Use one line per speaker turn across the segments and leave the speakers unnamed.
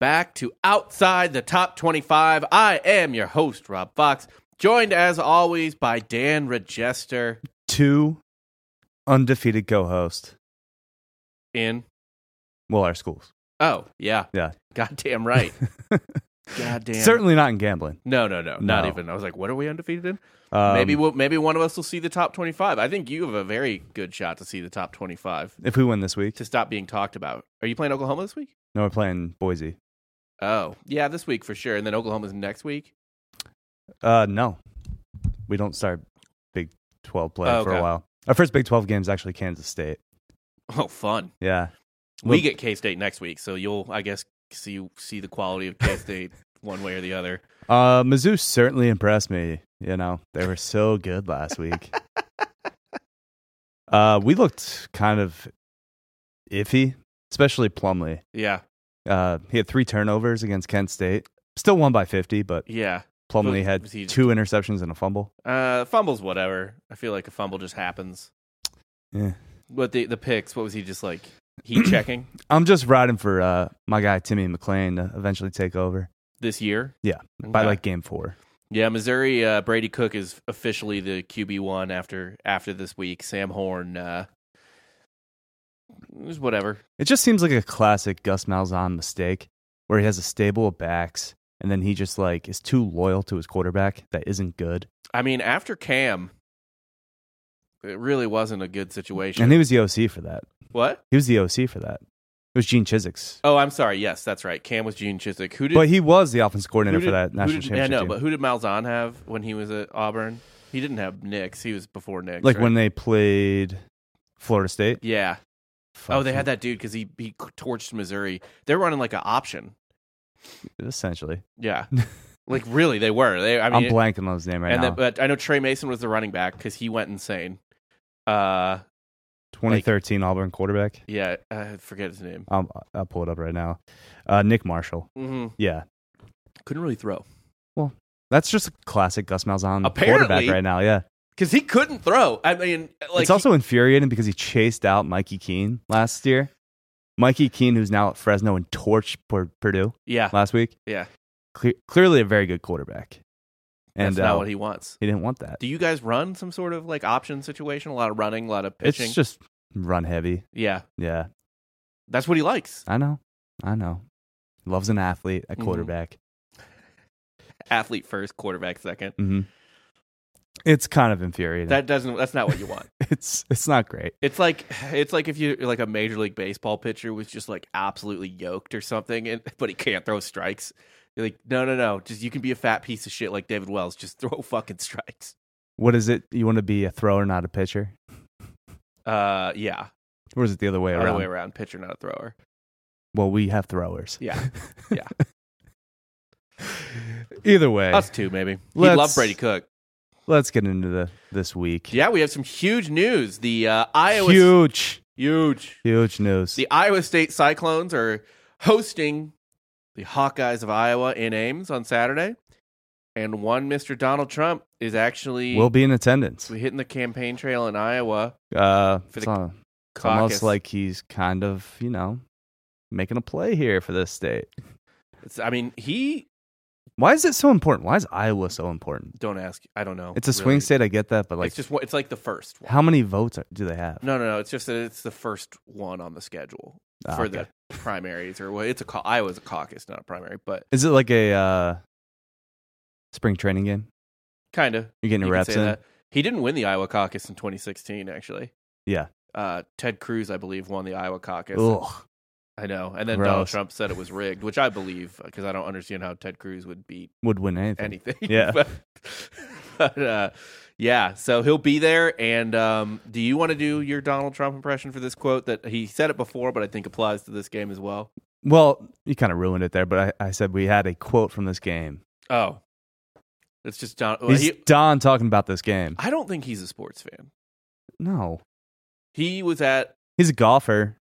back to Outside the Top 25. I am your host, Rob Fox, joined as always by Dan Regester
Two undefeated co-hosts.
in.
Well, our schools.
Oh, yeah.
Yeah.
Goddamn right. Goddamn.
Certainly not in gambling.
No, no, no, Not
No.
even. I was like, what are we undefeated in?
Um,
maybe we'll, maybe one of us will see the top 25. I think you have a very good shot to see the top 25
if we win this week.
to stop being talked about. Are you playing Oklahoma this week?
No, we're playing Boise.
Oh, yeah, this week for sure. And then Oklahoma's next week.
Uh, no, we don't start Big Twelve play
Oh,
for
okay.
a while. Our first Big Twelve game is actually Kansas State.
Oh, fun.
Yeah,
we
Well-
get K State next week, so you'll, I guess, see see the quality of K State one way or the other.
uh, Mizzou certainly impressed me. You know, they were so good last week. uh, we looked kind of iffy, especially Plumlee.
Yeah,
Uh, he had three turnovers against Kent State. Still won by fifty, but
yeah.
Plumlee
But
had
was he-
two interceptions and a fumble.
Uh, fumbles, whatever. I feel like a fumble just happens.
Yeah.
But the the picks, what was he just like? Heat checking
I'm just riding for uh, my guy Timmy McLean to eventually take over
this year.
Yeah, by
Okay.
like game four.
yeah, Missouri. Uh, Brady Cook is officially the QB one after after this week. Sam Horn. Uh, was whatever.
It just seems like a classic Gus Malzahn mistake where he has a stable of backs and then he just like is too loyal to his quarterback that isn't good.
I mean, after Cam, it really wasn't a good situation.
And he was the OC for that.
what?
He was the OC for that. It was Gene Chiswick's.
Oh, I'm sorry. Yes, that's right. Cam was Gene Chiswick. Who did?
But he was the offensive coordinator
who did-
for that
who
national
did-
championship.
Yeah, no.
team.
But who did Malzahn have when he was at Auburn? He didn't have Knicks. He was before Knicks.
like
right?
when they played Florida State.
Yeah.
Fuck,
oh, they had that dude because he he torched Missouri. They're running like an option.
Essentially.
Yeah. like really, they were. They. I mean,
I'm blanking on his name right
and
now.
then, but I know Trey Mason was the running back because he went insane. Uh,
2013 Auburn quarterback.
yeah. I forget his name.
Um, I'll pull it up right now. Uh, Nick Marshall.
hmm
Yeah.
Couldn't really throw
That's just a classic Gus Malzahn
Apparently-
quarterback right now. Yeah.
because he couldn't throw. I mean, like
it's also infuriating because he chased out Mikey Keene last year. Mikey Keene, who's now at Fresno and torched Pur- Purdue
yeah.
last week.
Yeah.
Cle- clearly a very good quarterback. And
that's not
uh,
what he wants.
he didn't want that.
Do you guys run some sort of like option situation? A lot of running, a lot of pitching.
It's just run heavy.
yeah,
Yeah.
that's what he likes.
I know. I know. Loves an athlete, a
Mhm.
quarterback.
Athlete first, quarterback second.
hmm It's kind of infuriating.
That doesn't. That's not what you want.
it's it's not great.
it's like it's like if you like a major league baseball pitcher was just like absolutely yoked or something, and but he can't throw strikes. You're like, no, no, no. Just you can be a fat piece of shit like David Wells. Just throw fucking strikes.
What is it? You want to be a thrower, not a pitcher?
Uh, yeah.
Or is it the other way
Other
around?
way around. Pitcher, not a thrower.
Well, we have throwers.
Yeah,
Either way,
us too. Maybe he
Let's-
loved Brady Cook.
let's get into the this week.
Yeah, we have some huge news. The uh, Iowa
huge,
huge.
huge news.
The Iowa State Cyclones are hosting the Hawkeyes of Iowa in Ames on Saturday. And one Mr. Donald Trump is actually
We'll be in attendance.
we're hitting the campaign trail in Iowa.
Uh,
For
it's
the
al- it's
Caucus.
almost like he's kind of you know making a play here for this state.
It's- I mean, he
Why is it so important? Why is Iowa so important?
don't ask. I don't know.
It's a
Oh, really.
swing state. I get that, but like,
it's just one- it's like the first one.
how many votes are, do they have?
No, no, no. It's just that it's the first one on the schedule
Ah,
for
okay.
the primaries or well, it's a cau- Iowa's a caucus, not a primary, but
Is it like a uh, spring training game?
kind of
You're getting
You
your
can
reps
say
in.
that. He didn't win the Iowa caucus in 2016, actually.
Yeah.
Uh, Ted Cruz, I believe, won the Iowa caucus.
Ugh.
I know. And then Donald
Gross.
Trump said it was rigged, which I believe because I don't understand how Ted Cruz would beat
Would win anything.
anything.
Yeah.
but but, uh, Yeah, so he'll be there. And um, do you want to do your Donald Trump impression for this quote that he said it before, but I think applies to this game as well?
Well, you kind of ruined it there, but I, I said we had a quote from this game.
Oh, it's just Don. well,
He's
he-
Don talking about this game.
I don't think he's a sports fan.
No,
He was at
he's a golfer.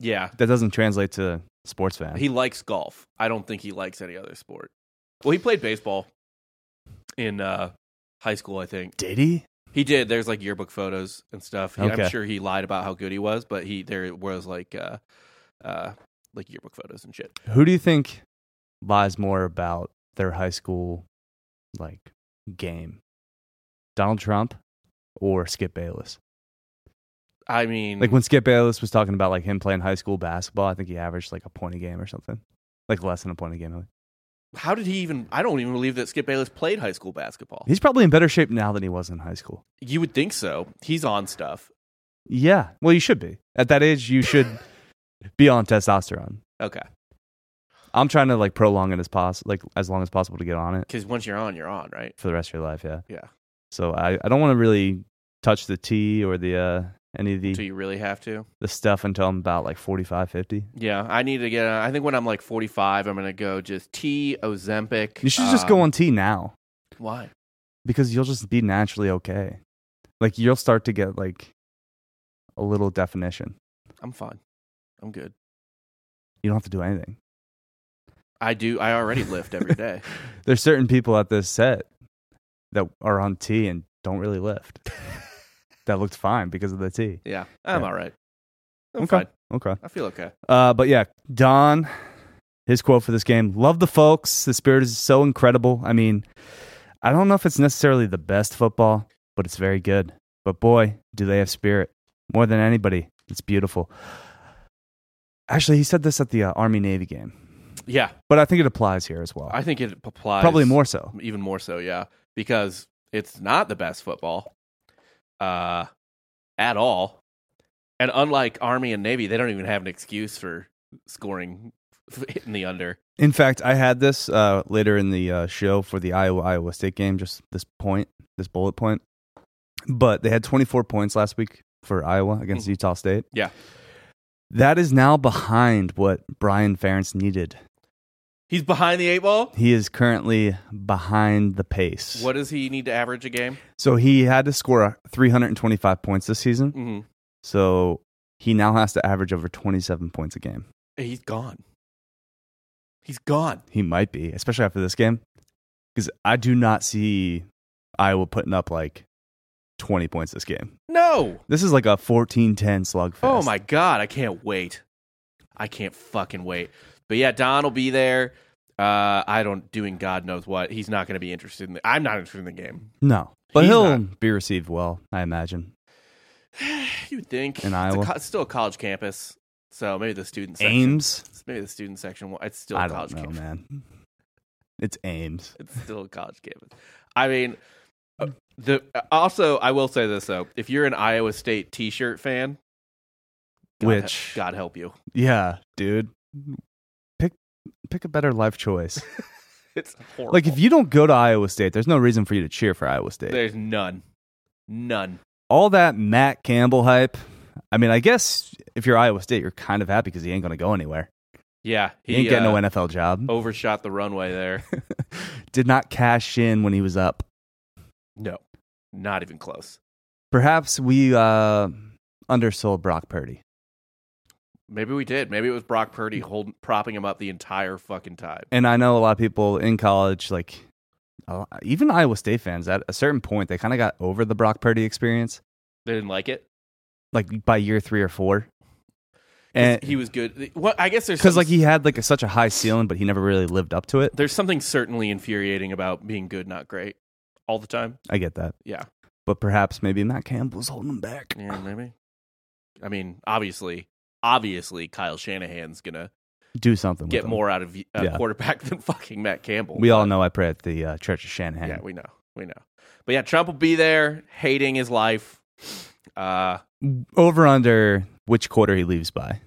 yeah.
That doesn't translate to sports fan.
He likes golf. I don't think he likes any other sport. Well, he played baseball in uh, high school, I think.
did he?
He did. There's like yearbook photos and stuff. He-
Okay.
I'm sure he lied about how good he was, but he there was like uh, uh, like yearbook photos and shit.
Who do you think lies more about their high school like game? Donald Trump or Skip Bayless?
I mean,
Like when Skip Bayless was talking about like him playing high school basketball, I think he averaged like a point a game or something. Like less than a point a game.
how did he even? I don't even believe that Skip Bayless played high school basketball.
He's probably in better shape now than he was in high school.
You would think so. He's on stuff.
Yeah. Well, you should be. At that age, you should be on testosterone.
Okay,
I'm trying to like prolong it as pos like as long as possible to get on it
because once you're on, you're on, right?
for the rest of your life, yeah.
Yeah.
So I, I don't want to really touch the tea or the uh any of the
Do you really have to?
the stuff until I'm about like 45, 50.
Yeah, I need to get. uh, I think when I'm like 45, I'm gonna go just T Ozempic.
You should just go
um,
on tea now
Why?
because you'll just be naturally okay. Like you'll start to get like a little definition.
I'm fine. I'm good.
You don't have to do anything.
I do. I already lift every day.
There's certain people at this set that are on tea and don't really lift. that looked fine because of the tea.
Yeah, I'm
Yeah.
all right. I'm
Okay.
fine.
Okay.
I feel okay.
Uh, but yeah, Don, his quote for this game love the folks. The spirit is so incredible. I mean, I don't know if it's necessarily the best football, but it's very good. But boy, do they have spirit more than anybody. It's beautiful. Actually, he said this at the uh, Army Navy game,
Yeah,
but I think it applies here as well.
I think it applies
Probably more so.
even more so. Yeah, because it's not the best football, uh, at all. And unlike Army and Navy, they don't even have an excuse for scoring, for hitting the under.
In fact, I had this uh, later in the uh, show for the Iowa Iowa State game, just this point, this bullet point. But they had 24 points last week for Iowa against Utah State.
Mm-hmm. Yeah.
That is now behind what Brian Ferentz needed.
He's behind the eight ball.
He is currently behind the pace.
What does he need to average a game?
So he had to score 325 points this season.
Mm-hmm.
So he now has to average over 27 points a game.
He's gone. He's gone.
He might be, especially after this game, because I do not see Iowa putting up like 20 points this game.
No.
This is like a 14 10 slugfest.
Oh my god, I can't wait. I can't fucking wait. But yeah, Don will be there. Uh, I don't doing God knows what. He's not going to be interested in. The, I'm not interested in the game.
No. But
He's
he'll be received well, I imagine.
You would think
In
it's a
Iowa?
co- it's still a college campus, so maybe the student section,
Ames?
maybe the student section. will- It's still a
I
college
don't know,
campus.
man. It's Ames.
It's still a college campus. I mean, uh, the also I will say this though: if you're an Iowa State T-shirt fan, God he-
Which-
God help you.
Yeah, dude. Pick pick a better life choice.
It's horrible.
like if you don't go to Iowa State, there's no reason for you to cheer for Iowa State.
there's none, none.
All that Matt Campbell hype. I mean, I guess if you're Iowa State, you're kind of happy because he ain't gonna go anywhere.
Yeah,
He, ain't getting
uh,
no NFL job.
overshot the runway there.
Did not cash in when he was up.
no, not even close.
Perhaps we uh, undersold Brock Purdy.
Maybe we did. Maybe it was Brock Purdy holding propping him up the entire fucking time.
And I know a lot of people in college, like a lot- even Iowa State fans, at a certain point, they kind of got over the Brock Purdy experience.
They didn't like it.
like by year three or four.
'Cause
And
he was good. What I guess there's
because
some,
like he had like a, such a high ceiling, but he never really lived up to it.
there's something certainly infuriating about being good, not great, all the time.
I get that,
Yeah,
but perhaps maybe Matt Campbell's holding him back.
yeah, maybe. I mean, obviously, obviously, Kyle Shanahan's gonna
Do something. with
get
him.
more out of a
Yeah.
quarterback than fucking Matt Campbell.
We all know I pray at the uh, Church of Shanahan.
yeah, we know, we know. But yeah, Trump will be there, hating his life. Uh,
Over under which quarter he leaves by.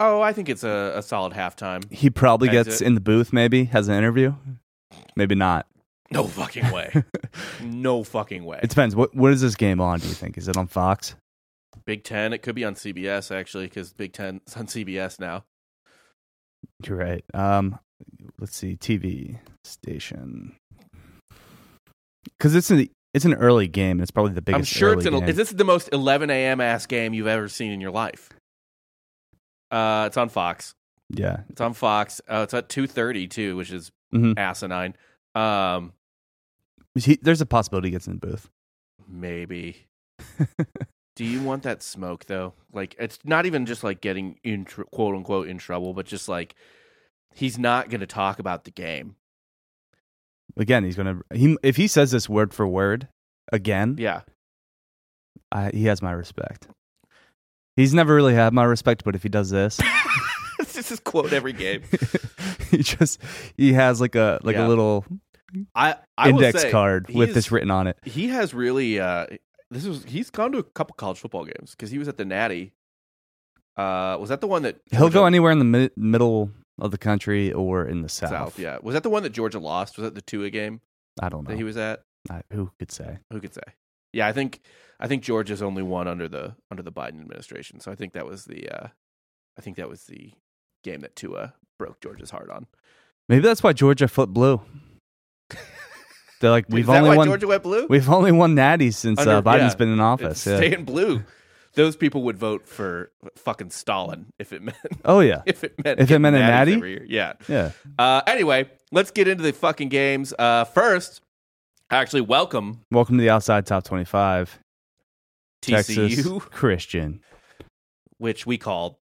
Oh, I think it's a, a solid halftime.
He probably
That's
gets
it.
in the booth. Maybe has an interview. Maybe not.
No fucking way. no fucking way.
It depends. What what is this game on? Do you think is it on Fox?
Big Ten. It could be on CBS actually, because Big Ten's on CBS now.
You're right. Um, let's see, TV station. Because it's an it's an early game, and it's probably the biggest.
I'm sure
early
it's an.
game.
Is this the most 11 a.m. ass game you've ever seen in your life? Uh, it's on Fox.
yeah.
It's on Fox. Uh, it's at 2:30 too, which is
Mhm.
asinine. Um,
He- there's a possibility he gets in the booth.
maybe. Do you want that smoke though? Like, it's not even just like getting in tr- quote unquote in trouble, but just like he's not going to talk about the game.
Again, he's gonna he if he says this word for word again,
Yeah,
I, he has my respect. He's never really had my respect, but if he does
it's
this,
just his quote every game.
he just he has like a like
Yeah.
a little
I, I will
index
say,
card with
he's-
this written on it.
he has really uh this was he's gone to a couple college football games because he was at the natty uh was that the one that
He'll go
Georgia-
anywhere in the mi- middle of the country or in the south.
south yeah was that the one that georgia lost was that the tua game
I don't know.
that he was at
I, who could say?
who could say yeah i think i think georgia's only won under the under the biden administration so i think that was the uh i think that was the game that tua broke georgia's heart on
Maybe that's why Georgia foot blue. They're like we've
Is that
only
why
won
georgia went blue
we've only won natties since uh,
Under-
Biden's
yeah.
been in
It's
office. yeah.
staying blue those people would vote for fucking stalin if it meant
Oh yeah,
if it meant
If it meant a
getting natties
natty?
every year. yeah
yeah.
Uh, anyway, let's get into the fucking games. Uh, first, actually, welcome
Welcome to the outside top twenty-five.
TCU,
Texas Christian.
which we called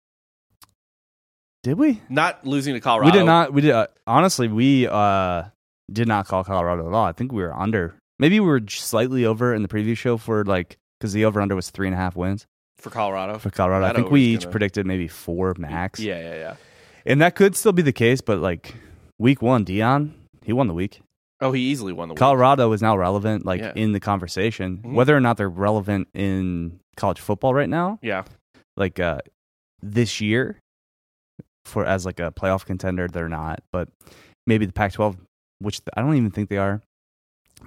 Did we?
not losing to Colorado.
We did not. We did. Uh, honestly, we uh, did not call Colorado at all. I think we were under. Maybe we were j- slightly over in the previous show for like because the over under was three and a half wins
for Colorado.
for Colorado. I
That
think
over
we
is
each
gonna-
predicted maybe four max.
Yeah, yeah, yeah.
and that could still be the case. But like week one, Dion he won the week.
Oh, he easily won the week.
Colorado is now relevant, like
Yeah.
in the conversation,
Mhm.
whether or not they're relevant in college football right now.
Yeah,
Like uh, this year, for as like a playoff contender, they're not, but maybe the Pac-12, which I don't even think they are,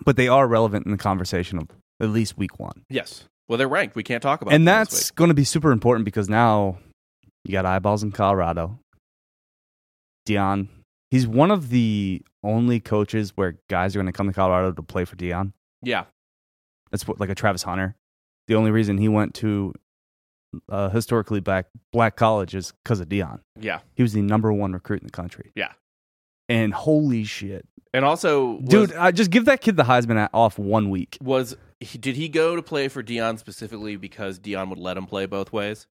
but they are relevant in the conversation of at least week one,
yes. Well, they're ranked. We can't talk about
and
them this
that's going to be super important because now you got eyeballs in Colorado. Dion, he's one of the only coaches where guys are going to come to Colorado to play for Dion.
week. yeah.
That's what, like a Travis Hunter. The only reason he went to uh, historically black black college is because of Dion.
Yeah,
He was the number one recruit in the country.
Yeah.
And holy shit,
and also, was,
dude! I just give that kid the Heisman at- off one week.
was he, did he go to play for Dion specifically because Dion would let him play both ways?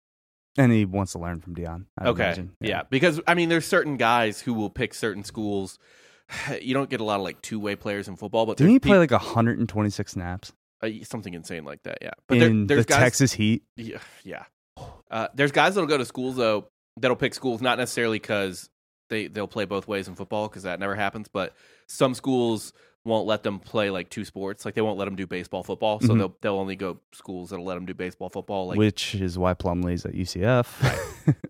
And he wants to learn from Dion. I
okay.
imagine.
Yeah. because I mean, there's certain guys who will pick certain schools. You don't get a lot of like two way players in football, but
Didn't
there's
he play
peop-
like 126 snaps
uh, something insane like that. Yeah,
in the Texas Heat?
Yeah, yeah. Uh, there's guys that'll go to schools though that'll pick schools not necessarily because they they'll play both ways in football because that never happens. But some schools won't let them play like two sports. Like they won't let them do baseball, football. So
Mhm.
they'll they'll only go schools that'll let them do baseball, football. Like,
which is why Plumlee's at UCF.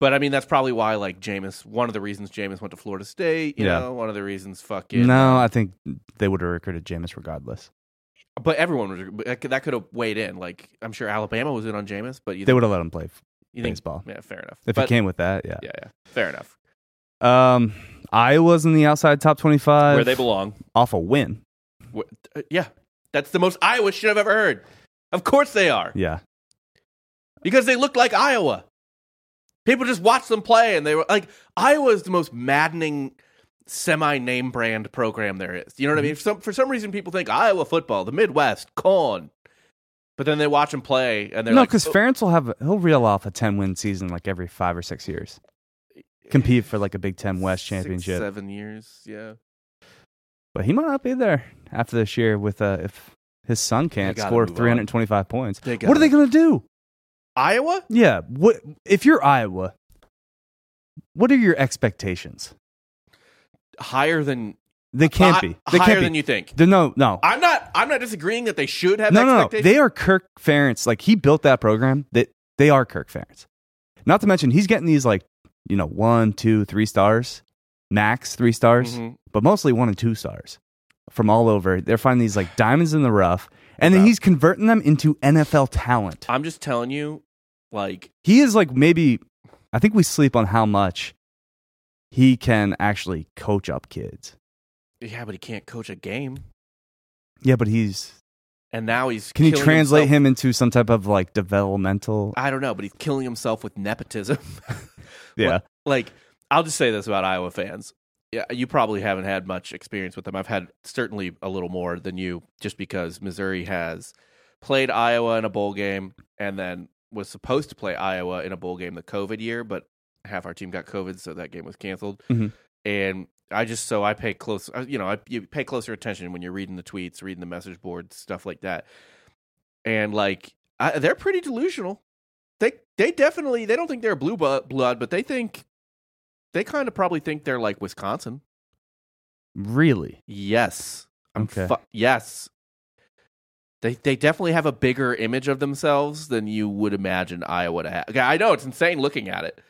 but I mean that's probably why like Jameis. One of the reasons Jameis went to Florida State. You
Yeah.
know, one of the reasons fucking
no, I think they would have recruited Jameis regardless.
But everyone was but that could- that could have weighed in. Like I'm sure Alabama was in on Jameis, but you
They
think,
would have let him play f-
you think
baseball.
yeah, fair enough.
if
but,
it came with that. Yeah.
yeah, yeah, fair enough.
Um, Iowa's in the outside top twenty-five
Where they belong.
off a win.
Wh- uh, yeah, that's the most Iowa shit I've ever heard. Of course they are
Yeah,
because they look like Iowa. People just watched them play, and they were like, Iowa is the most maddening semi-name brand program there is. You know what I
Mm-hmm.
mean? For some, for some reason, people think Iowa football, the Midwest, corn. But then they watch them play, and they're
no,
like,
because
"Oh,
Ferentz will have he'll reel off a ten-win season like every five or six years, compete for like a Big Ten West
six,
championship.
seven years, yeah.
but he might not be there after this year with uh, if his son can't
gotta
score
move on.
three hundred twenty-five points.
They
What are they
gotta-
going to do?
Iowa?
Yeah, what if you're Iowa? What are your expectations?
higher than
They can't be.
Uh, hi-
They
higher
can't be.
than you think.
They're- no, no.
I'm not. I'm not disagreeing that they should have.
no, no, no.
expectations.
They are Kirk Ferentz. Like he built that program. That they are Kirk Ferentz. Not to mention he's getting these like you know one, two, three stars max three stars,
Mhm.
but mostly one and two stars from all over. They're finding these like diamonds in the rough, and then
Wow.
he's converting them into NFL talent.
I'm just telling you, like,
He is like maybe, I think we sleep on how much he can actually coach up kids.
yeah, but he can't coach a game,
Yeah, but he's
and now he's
can you
killing
translate
himself-
him into some type of like developmental?
I don't know, but he's killing himself with nepotism.
Yeah.
Like- like I'll just say this about Iowa fans. Yeah, you probably haven't had much experience with them. I've had certainly a little more than you, just because Missouri has played Iowa in a bowl game and then was supposed to play Iowa in a bowl game the COVID year, but half our team got COVID, so that game was canceled.
Mhm.
And I just so I pay close, I- you know, I you pay closer attention when you're reading the tweets, reading the message boards, stuff like that. And like I, they're pretty delusional. They they definitely they don't think they're blue bu- blood, but they think they kind of probably think they're like Wisconsin.
Really?
Yes. I'm
Okay.
fu- yes. They they definitely have a bigger image of themselves than you would imagine Iowa to have. Okay, I know it's insane looking at it.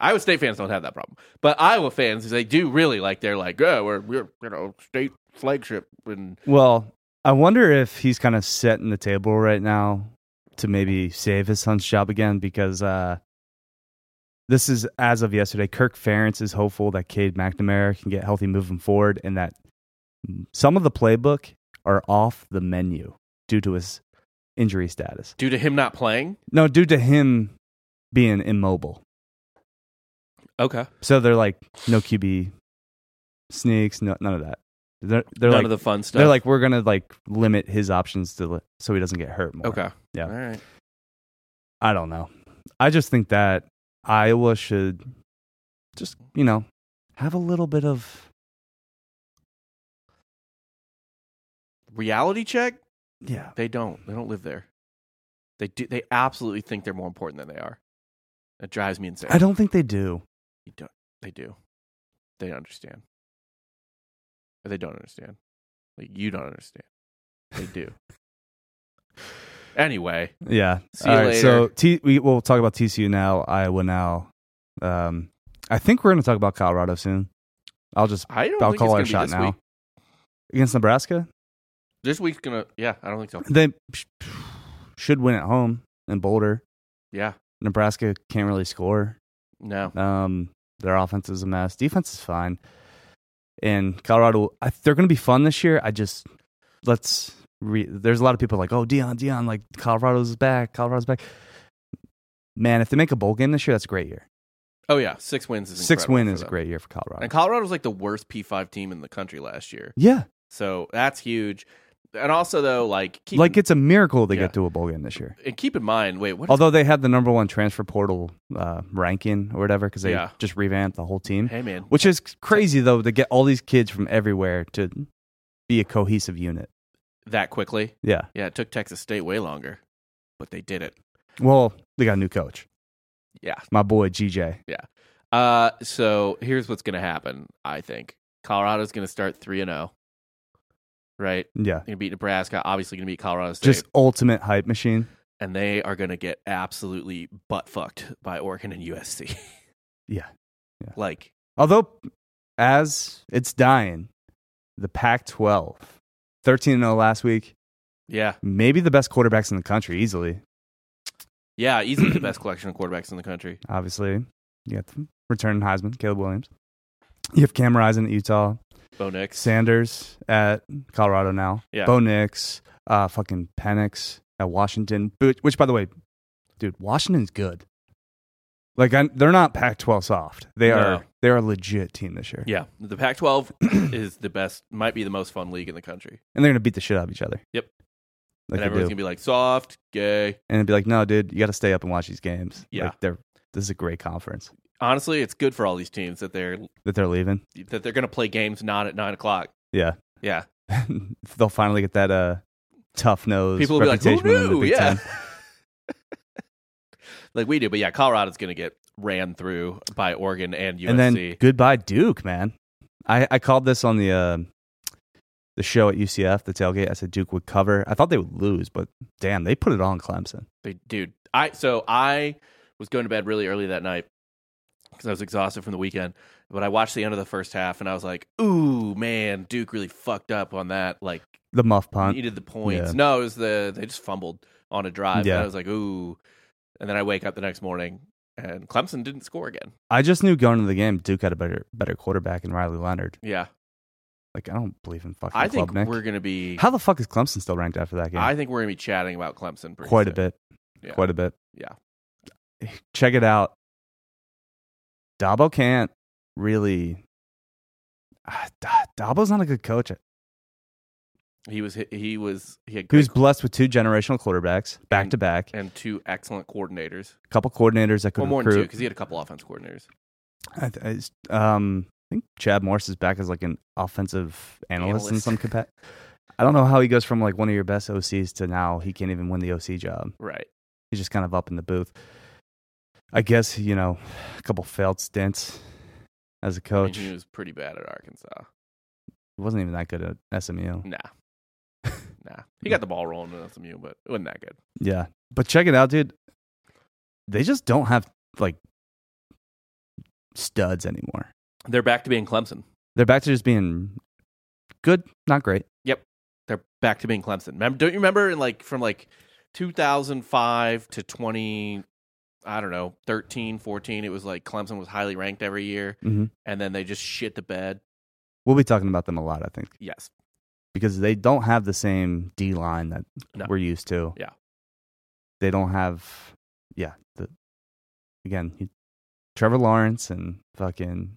Iowa State fans don't have that problem, but Iowa fans they do really like they're like, oh, we're we're you know state flagship and
Well, I wonder if he's kind of setting the table right now to maybe save his son's job again because uh, this is as of yesterday. Kirk Ferentz is hopeful that Cade McNamara can get healthy moving forward, and that some of the playbook are off the menu due to his injury status.
due to him not playing.
No, due to him being immobile.
Okay,
So they're like no QB sneaks, no, none of that. They're, they're
none
like,
of the fun stuff.
They're like, we're gonna like limit his options to li- so he doesn't get hurt more.
okay,
Yeah.
all right.
I don't know. I just think that Iowa should just you know have a little bit of
Reality check.
yeah.
They don't. They don't live there. They do. They absolutely think they're more important than they are. It drives me insane.
I don't think they do.
You don't. They do. They understand. Or they don't understand. Like you don't understand. They do. anyway,
Yeah.
See you
So
later.
T- we will talk about TCU now, Iowa now. Um, I think we're gonna talk about Colorado soon. I'll just
I don't.
I'll
think
call our
it's gonna
shot
be this
now
Week.
against Nebraska.
This week's gonna. Yeah, I don't think so.
They sh- should win at home in Boulder.
Yeah.
Nebraska can't really score.
No.
Um, their offense is a mess. Defense is fine. And Colorado, I, they're going to be fun this year. I just let's. Re, there's a lot of people like, oh, Dion, Dion, like Colorado's back. Colorado's back. Man, if they make a bowl game this year, that's a great year.
Oh yeah, six wins is
Six
incredible
win
for
is a
them.
great year for Colorado.
And Colorado's like the worst P five team in the country last year,
yeah,
so that's huge. And also though, like keep
like it's a miracle they
Yeah.
get to a bowl game this year.
and keep in mind, wait, what? is-
Although they had the number one transfer portal uh, ranking or whatever, because they
Yeah.
just revamped the whole team,
hey man,
which is crazy though to get all these kids from everywhere to be a cohesive unit.
that quickly?
Yeah.
Yeah, it took Texas State way longer, but they did it.
Well, they got a new coach.
Yeah.
My boy GJ.
Uh, so here's what's gonna happen. I think Colorado's gonna start three and zero. Right,
Yeah.
gonna beat Nebraska. Obviously, gonna beat Colorado State,
Just ultimate hype machine.
and they are gonna get absolutely butt fucked by Oregon and USC.
Yeah.
like,
Although as it's dying, the Pac 12, 13 0 last week,
yeah,
maybe the best quarterbacks in the country easily,
yeah, easily the best collection of quarterbacks in the country.
obviously. You got the returning Heisman, Caleb Williams. You have Cam Rising at Utah,
Bo Nix,
Sanders at Colorado now,
Yeah.
Bo Nix, uh, fucking Penix at Washington, which, which, by the way, dude, Washington's good. Like I, they're not Pac-12 soft. They
No.
are they are a legit team this year,
yeah, the Pac-12 is the best, might be the most fun league in the country.
and they're gonna beat the shit out of each other.
Yep.
like
and
they
everyone's
do.
gonna be like soft, gay.
and it'd be like, no, dude, you got to stay up and watch these games.
Yeah.
like they're this is a great conference
Honestly, it's good for all these teams that they're
that they're leaving.
that they're gonna play games not at nine o'clock.
Yeah,
Yeah,
they'll finally get that uh tough nose.
people will be like, "Who
reputation within the
knew?"
Big
Yeah,
Ten.
like we do. But yeah, Colorado's going to get ran through by Oregon and USC.
and then goodbye Duke, man. I, I called this on the uh, the show at UCF, the tailgate. I said Duke would cover. I thought they would lose, but damn, they put it on Clemson.
They- dude, I so I was going to bed really early that night because I was exhausted from the weekend. But I watched the end of the first half and I was like, ooh, man, Duke really fucked up on that. Like,
The muff punt.
needed the points.
yeah.
No, it was the, they just fumbled on a drive. And
Yeah.
I was like, ooh. And then I wake up the next morning and Clemson didn't score again.
I just knew going into the game, Duke had a better better quarterback in Riley Leonard.
Yeah.
Like I don't believe in fucking
I
Club
think
Nick.
we're going to be,
How the fuck is Clemson still ranked after that game?
I think we're going to be chatting about Clemson pretty
Quite a
soon.
bit.
Yeah.
Quite a bit.
Yeah.
Check it out. Dabo can't really. Ah, Da- Dabo's not a good coach.
He was, he was, he had
He was
great
blessed with two generational quarterbacks back to back, a
and two excellent coordinators.
couple coordinators that could
Well, more than two
recruit.
because he had a couple offense coordinators.
I, th- I s- um, I think Chad Morris is back as like an offensive analyst, in
Analyst.
some capacity. I don't know how he goes from like one of your best OCs to now he can't even win the OC job.
Right.
He's just kind of up in the booth. I guess you know a couple failed stints as a
I mean,
coach.
he was pretty bad at Arkansas.
He wasn't even that good at SMU.
Nah. Nah. He got the ball rolling in SMU, but it wasn't that good.
Yeah, but check it out, dude. They just don't have like studs anymore.
They're back to being Clemson.
They're back to just being good, not great.
They're back to being Clemson. Remember, don't you remember in like from like 2005 to 20 I don't know, 13, 14, it was like Clemson was highly ranked every year
Mhm.
and then they just shit the bed.
We'll be talking about them a lot, I think.
Yes.
because they don't have the same D line that
No.
we're used to.
Yeah.
They don't have, yeah. The, again, you, Trevor Lawrence and fucking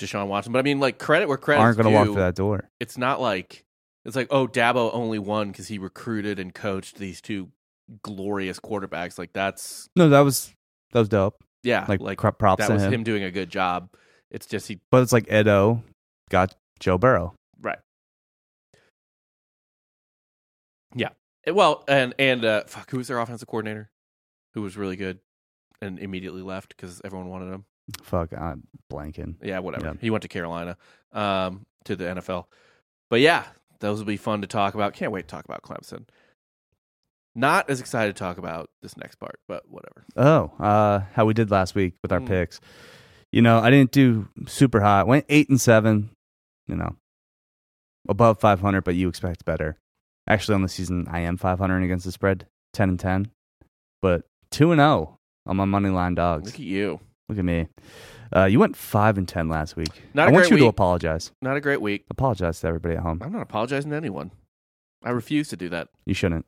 Deshaun Watson, but I mean like credit where credit
aren't going to walk through that door.
It's not like it's like oh Dabo only won cuz he recruited and coached these two glorious quarterbacks like that's
No, that was that was dope.
yeah,
Like, cr- props
Ah, that
to
was
him.
him doing a good job. It's just he
But it's like Edo got Joe Burrow.
Right. Yeah. Eh, Well, and and uh, fuck, who was their offensive coordinator? Who was really good and immediately left because everyone wanted him.
Fuck, I'm blanking.
Yeah, whatever.
Yeah.
He went to Carolina, um, to the NFL. But yeah, those will be fun to talk about. Can't wait to talk about Clemson. Not as excited to talk about this next part, but whatever.
Oh, uh, how we did last week with our
Mm.
picks. You know, I didn't do super hot. Went eight and seven. You know, above five hundred, but you expect better. Actually, on the season, I am five hundred against the spread, ten and ten, but two and zero on my money line dogs.
Look at you.
Look at me. Uh, you went five and ten last week.
Not
I
a
want
great
you to
week.
apologize.
Not a great week.
Apologize to everybody at home.
I'm not apologizing to anyone. I refuse to do that.
You shouldn't.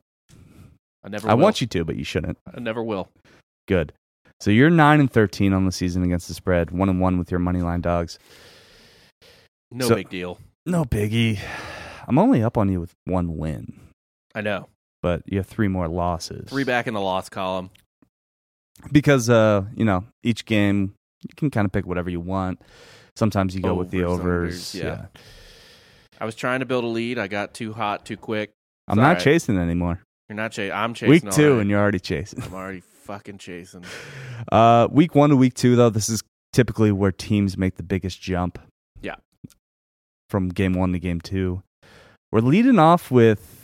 I never.
I
will.
want you to, but you shouldn't.
I never will.
Good. So you're nine and thirteen on the season against the spread, one and one with your money line dogs.
No
So-
big deal.
No biggie. I'm only up on you with one win,
I know.
but you have three more losses.
Three back in the loss column.
Because uh, you know, each game you can kind of pick whatever you want. Sometimes you go with the
Overs,
overs.
unders, yeah. I was trying to build a lead. I got too hot too quick.
I'm
It's all
not
right.
chasing anymore.
You're not chasing. I'm chasing.
week
all
two
right.
and you're already chasing.
I'm already fucking chasing.
Uh week one to week two though, this is typically where teams make the biggest jump.
Yeah.
From game one to game two. We're leading off with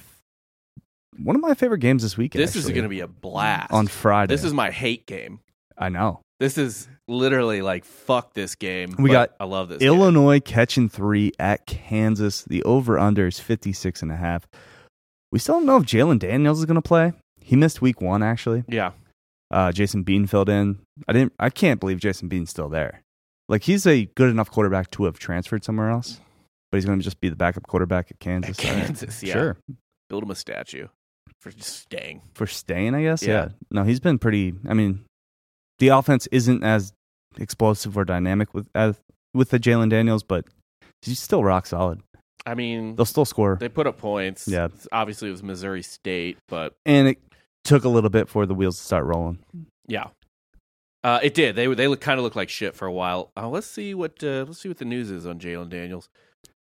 one of my favorite games this weekend.
this is going to be a blast.
on Friday.
this is my hate game.
I know.
This is literally like fuck this game.
We
but
got
I love this. game.
Illinois catching three at Kansas. The over under is 56 and a half. We still don't know if Jalen Daniels is going to play. He missed week one, actually.
Yeah.
Uh, Jason Bean filled in. I didn't. I can't believe Jason Bean's still there. Like he's a good enough quarterback to have transferred somewhere else, but he's going to just be the backup quarterback at Kansas.
At
All right.
Kansas, yeah.
sure,
Build him a statue for just staying.
for staying, I guess.
Yeah.
Yeah. No, he's been pretty. I mean, the offense isn't as explosive or dynamic with as with the Jalen Daniels, but he's still rock solid.
I mean,
They'll still score.
they put up points.
Yeah.
Obviously, it was Missouri State, but
and it took a little bit for the wheels to start rolling.
Yeah. Uh, it did. They they look kind of looked like shit for a while. Uh, let's see what uh, let's see what the news is on Jalen Daniels.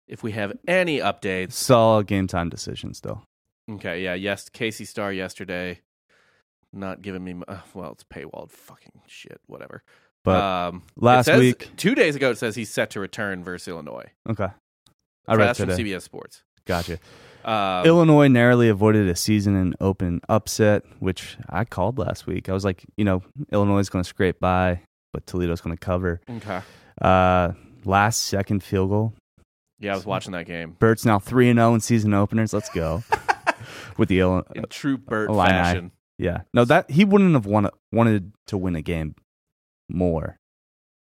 If we have any updates,
Solid game time decision still.
okay, yeah, yes, Casey Star yesterday, not giving me. m- Uh, well, it's paywalled, fucking shit, whatever.
But
um, it
last
says-
week-
two days ago, it says he's set to return versus Illinois.
okay. I read
That's from
today.
CBS Sports.
Gotcha.
Um,
Illinois narrowly avoided a season and open upset, which I called last week. I was like, you know, Illinois is going to scrape by, but Toledo's going to cover.
Okay.
Uh, last second field goal.
Yeah, I was watching that game.
Bert's now 3 and 0 in season openers. Let's go. With the Illinois.
In true Bert
Illini.
fashion.
Yeah. No, that he wouldn't have won, wanted to win a game more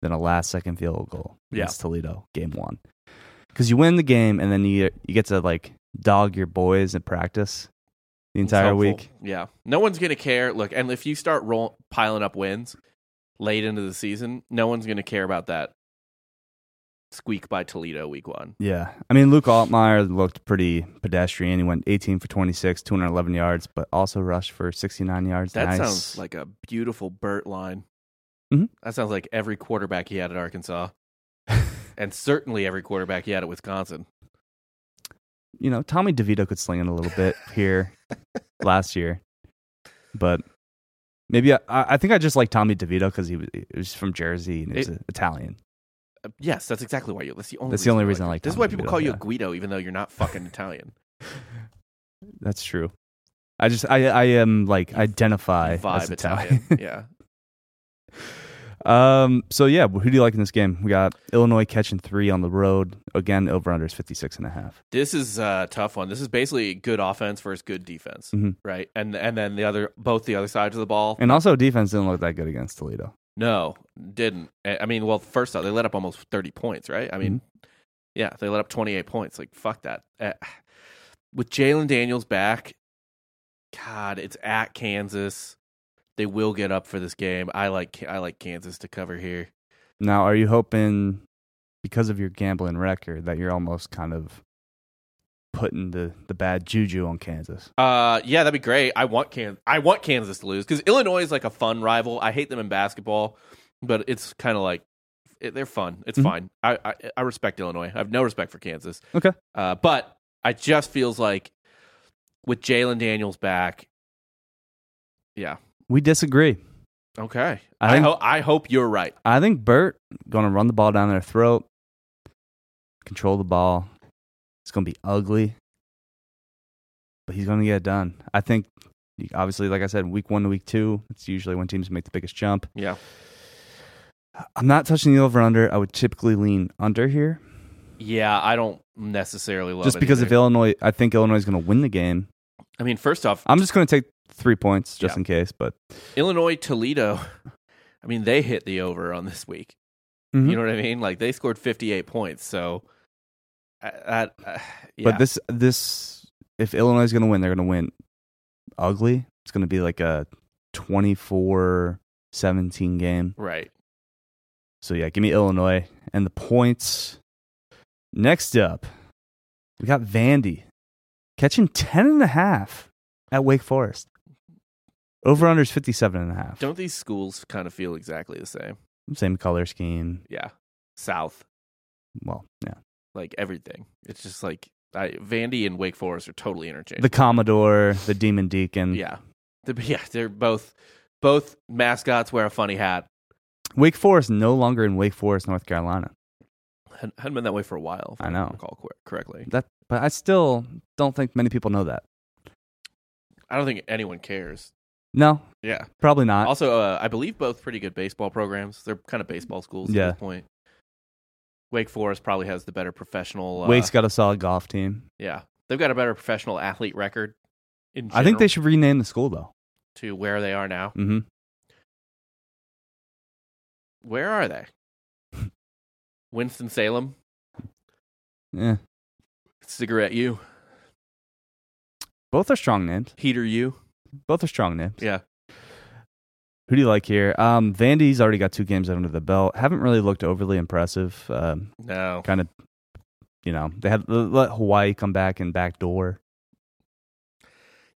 than a last second field goal
Yeah.
against Toledo game one. Because you win the game and then you you get to like dog your boys in practice the
It's
entire
helpful.
week.
Yeah. No one's going to care. Look, and if you start roll, piling up wins late into the season, no one's going to care about that squeak by Toledo week one.
Yeah. I mean, Luke Altmaier looked pretty pedestrian. He went 18 for 26, 211 yards, but also rushed for 69 yards.
That
Nice.
sounds like a beautiful Burt line.
Mhm.
That sounds like every quarterback he had at Arkansas, and certainly every quarterback he had at Wisconsin.
you know, Tommy DeVito could sling it a little bit here last year, but maybe I, I think I just like Tommy DeVito because he was, he was from Jersey and he's
It-
Italian.
Uh, yes, that's exactly why you. That's the only.
That's the only reason I like
This is
Tommy
why people
DeVito,
call you a
yeah.
Guido, even though you're not fucking Italian.
That's true. I just I I am like identify
You vibe
as Italian.
yeah.
um. So yeah, who do you like in this game? We got Illinois catching three on the road again. Over under is fifty six and a half.
This is a tough one. This is basically good offense versus good defense,
Mhm.
right? And and then the other both the other sides of the ball.
And also defense didn't look that good against Toledo.
No, didn't. I I mean, well, first off, they let up almost 30 points, right? I mean,
Mm-hmm.
yeah, they let up 28 points. Like, fuck that. Uh, with Jalen Daniels back, God, it's at Kansas. They will get up for this game. I like I like Kansas to cover here.
Now, are you hoping because of your gambling record that you're almost kind of putting the, the bad juju on Kansas?
Uh, yeah, that'd be great. I want Can I want Kansas to lose because Illinois is like a fun rival. I hate them in basketball, but it's kind of like it, they're fun. It's
Mhm.
fine. I, I I respect Illinois. I have no respect for Kansas.
Okay.
Uh, but I just feels like with Jalen Daniels back, yeah.
We disagree.
Okay.
I
I
think-
ho- I hope you're right.
I think Bert going to run the ball down their throat, control the ball. It's going to be ugly, but he's going to get it done. I think, obviously, like I said, week one to week two, it's usually when teams make the biggest jump.
Yeah.
I'm not touching the over under. I would typically lean under here.
Yeah. I don't necessarily love
just
it
because
either.
if Illinois, I think Illinois is going to win the game.
I mean, first off,
I'm just going to take three points just
Yeah.
in case, but
Illinois Toledo. I mean, they hit the over on this week.
Mm-hmm.
You know what I mean? Like they scored 58 points. So uh, that, uh, yeah.
but this this if Illinois is going to win, they're going to win ugly. It's going to be like a 24-17 game.
right.
So yeah, give me Illinois and the points. Next up, we got Vandy catching 10 and a half at Wake Forest. Over under is 57 and a half.
Don't these schools kind of feel exactly the same?
Same color scheme.
Yeah. South,
Well, yeah.
like everything. It's just like I, Vandy and Wake Forest are totally interchangeable.
The Commodore, the Demon Deacon.
yeah. The, yeah. They're both, both mascots wear a funny hat.
Wake Forest no longer in Wake Forest, North Carolina.
Hadn't hadn't been that way for a while. If
I know.
Recall cor- correctly.
That, but I still don't think many people know that.
I don't think anyone cares.
No,
Yeah.
probably not.
Also, uh, I believe both pretty good baseball programs. They're kind of baseball schools
Yeah.
at this point. Wake Forest probably has the better professional. Uh,
Wake's got a solid golf team.
yeah, they've got a better professional athlete record. In
I think they
general
should rename the school though.
to where they are now.
Mm-hmm.
Where are they? Winston Salem,
Yeah,
Cigarette U,
both are strong names.
Heater U.
Both are strong names.
Yeah,
Who do you like here? Um, Vandy's already got two games under the belt. Haven't really looked overly impressive. Um,
no,
kind of, you know, they had let Hawaii come back and backdoor.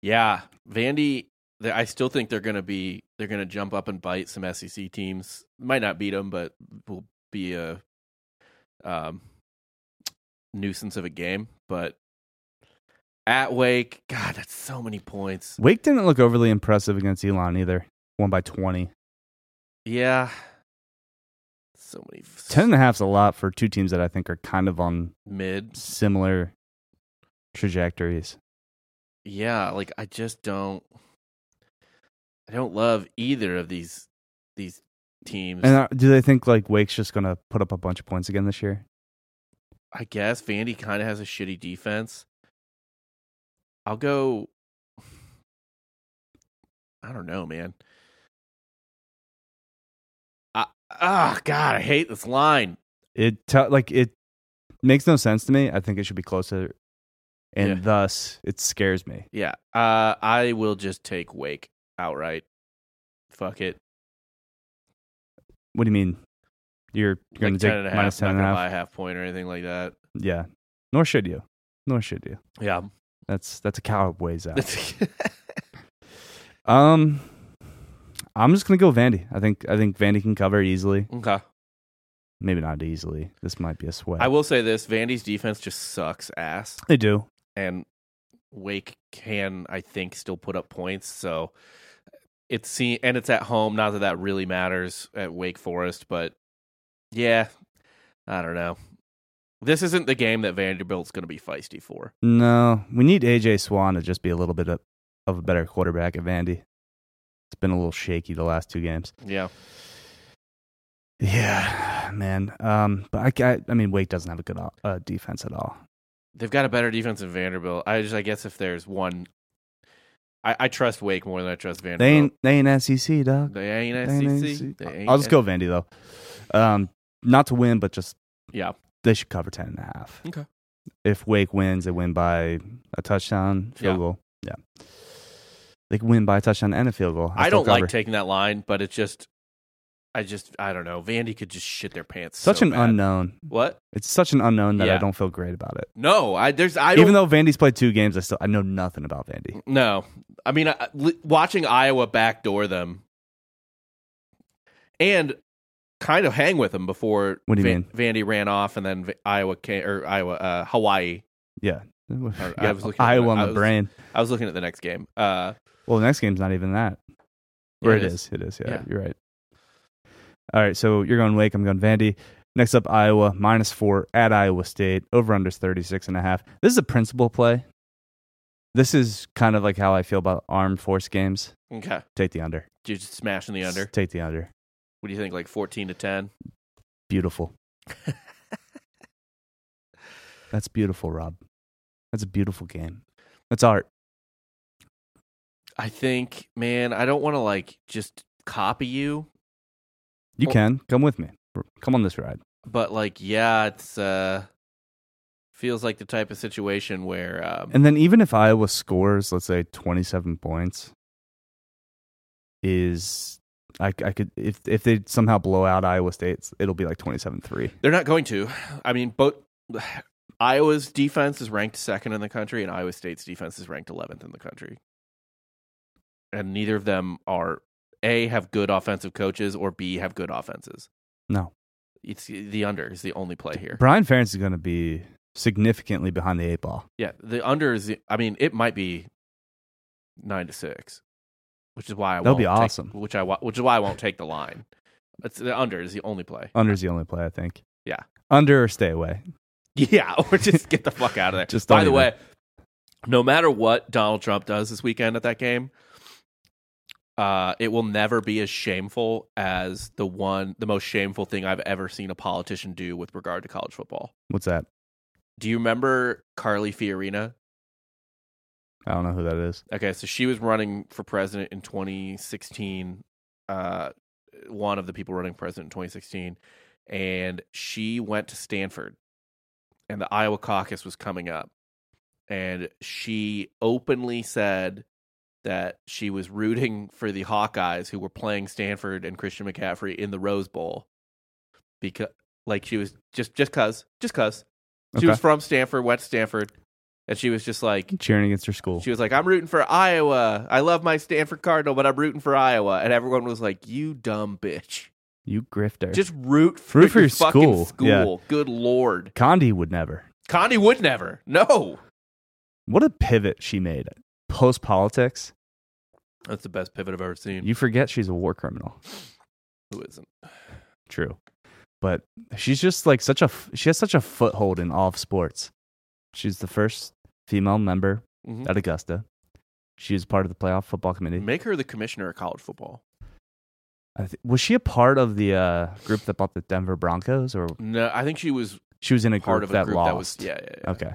yeah, Vandy. they- I still think they're going to be. They're going to jump up and bite some SEC teams. Might not beat them, but will be a um, nuisance of a game. But at Wake, God, that's so many points.
Wake didn't look overly impressive against Elon either. One by twenty.
Yeah, so many
Ten and a half's a lot for two teams that I think are kind of on
mid.
similar trajectories.
yeah like i just don't i don't love either of these these teams.
And uh, do they think like Wake's just gonna put up a bunch of points again this year?
I guess Vandy kind of has a shitty defense. I'll go. I don't know, man. I, oh God, I hate this line.
It te- like it makes no sense to me. I think it should be closer, and
Yeah.
thus it scares me.
Yeah, uh, I will just take Wake outright. Fuck it.
What do you mean? You're
Like
going to
10
take
and a half.
minus ten
not
and a
gonna
half?
buy a half point or anything like that.
Yeah. Nor should you. Nor should you.
Yeah,
That's that's a coward ways out. um, I'm just gonna go Vandy. I think I think Vandy can cover easily.
okay.
Maybe not easily. This might be a sweat.
I will say this: Vandy's defense just sucks ass,
they do.
and Wake can, I think, still put up points. So it's see, and it's at home. Not that that really matters at Wake Forest, but yeah, I don't know. This isn't the game that Vanderbilt's going to be feisty for.
No, we need AJ Swan to just be a little bit of, of a better quarterback at Vandy. It's been a little shaky the last two games.
Yeah,
Yeah, man. Um, but I, I, I mean, Wake doesn't have a good uh, defense at all.
they've got a better defense than Vanderbilt. I just, I guess, if there's one, I, I trust Wake more than I trust
They
Vanderbilt.
ain't, they ain't SEC, dog.
They ain't,
They ain't
SEC.
AC.
They ain't
I'll just
S- E
go Vandy though. Um, not to win, but just
Yeah.
they should cover ten and a half.
Okay.
If Wake wins, they win by a touchdown, field
Yeah.
goal. Yeah. They can win by a touchdown and a field goal.
I
still
don't
cover.
like taking that line, but it's just, I just, I don't know. Vandy could just shit their pants.
such
so
an
bad.
unknown.
What?
It's such an unknown that I
Yeah.
don't feel great about it.
No, I there's I
Even
don't,
though Vandy's played two games, I still I know nothing about Vandy.
no. I mean, I, li- watching Iowa backdoor them, and kind of hang with them before
What do you
Vandy ran off, and then Va- Iowa came, or Iowa uh, Hawaii.
Yeah.
Mm. I
Yeah,
was looking at
Iowa
my-
on
I
the
was-
brain.
I was looking at the next game. Uh,
Well, the next game's not even that. Or
yeah,
it is. It is. Yeah,
Yeah.
you're right. All right. So you're going Wake. I'm going Vandy. Next up, Iowa minus four at Iowa State. Over unders 36 and a half. This is a principal play. This is kind of like how I feel about armed force games.
Okay,
Take the under.
You're just smashing the under.
Take the under.
What do you think? Like fourteen to ten.
Beautiful. That's beautiful, Rob. That's a beautiful game. That's art.
I think, man, I don't want to like just copy you,
You
Well-
can come with me. Come on this ride.
but like, yeah, it's uh feels like the type of situation where um,
And then even if Iowa scores, let's say twenty seven points, is I, I could if if they somehow blow out Iowa State, it's- it'll be like 27-3.
they're not going to. I mean, both Iowa's defense is ranked second in the country, and Iowa State's defense is ranked eleventh in the country, and neither of them are a have good offensive coaches or b have good offenses.
No,
It's the under is the only play here.
Brian Ferentz is going to be significantly behind the eight ball.
Yeah, the under is. The, I mean, it might be nine to six, which is why I
That'd
won't
be
take-
awesome.
which I wa- which is why I won't take the line. It's the under is the only play.
Under's the only play I think.
Yeah.
under or stay away.
Yeah, or just get the fuck out of there.
Just
by
don't
the
even.
way, no matter what Donald Trump does this weekend at that game, uh, it will never be as shameful as the one the most shameful thing I've ever seen a politician do with regard to college football.
What's that?
Do you remember Carly Fiorina?
I don't know who that is.
Okay, so she was running for president in 2016. Uh, one of the people running for president in 2016, and she went to Stanford, and the Iowa caucus was coming up, and she openly said that she was rooting for the Hawkeyes who were playing Stanford and Christian McCaffrey in the Rose Bowl, because like she was just just cause just cause she
Okay.
was from Stanford, went to Stanford, and she was just like
Cheering against her school.
she was like, I'm rooting for Iowa. I love my Stanford Cardinal, but I'm rooting for Iowa. And everyone was like, You dumb bitch.
you grifter.
Just root for,
Root for your
fucking
school.
school.
Yeah.
Good lord.
Condi would never.
Condi would never. No.
What a pivot she made post politics.
That's the best pivot I've ever seen.
You forget she's a war criminal.
Who isn't?
True. But she's just like such a she has such a foothold in all of sports. She's the first female member
Mhm.
at Augusta. She is part of the playoff football committee.
Make her the commissioner of college football.
I th- was she a part of the uh, group that bought the Denver Broncos, or
No, I think she was
she was in a
part of
group
a
that
group
lost?
that was yeah. yeah, yeah.
Okay.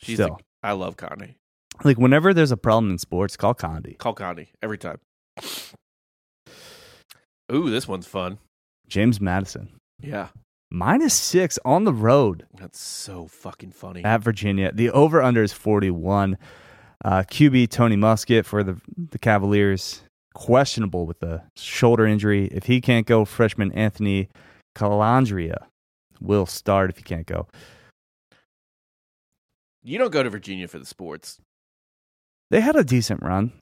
She's
Still,
like, I love Connie.
like whenever there's a problem in sports, call Condi.
Call Connie every time. Ooh, this one's fun.
James Madison
Yeah,
minus six on the road
that's so fucking funny.
at Virginia. The over under is forty one. Uh, QB Tony Musket for the the Cavaliers questionable with the shoulder injury. If he can't go, freshman Anthony Calandria will start. If he can't go,
You don't go to Virginia for the sports
they had a decent run.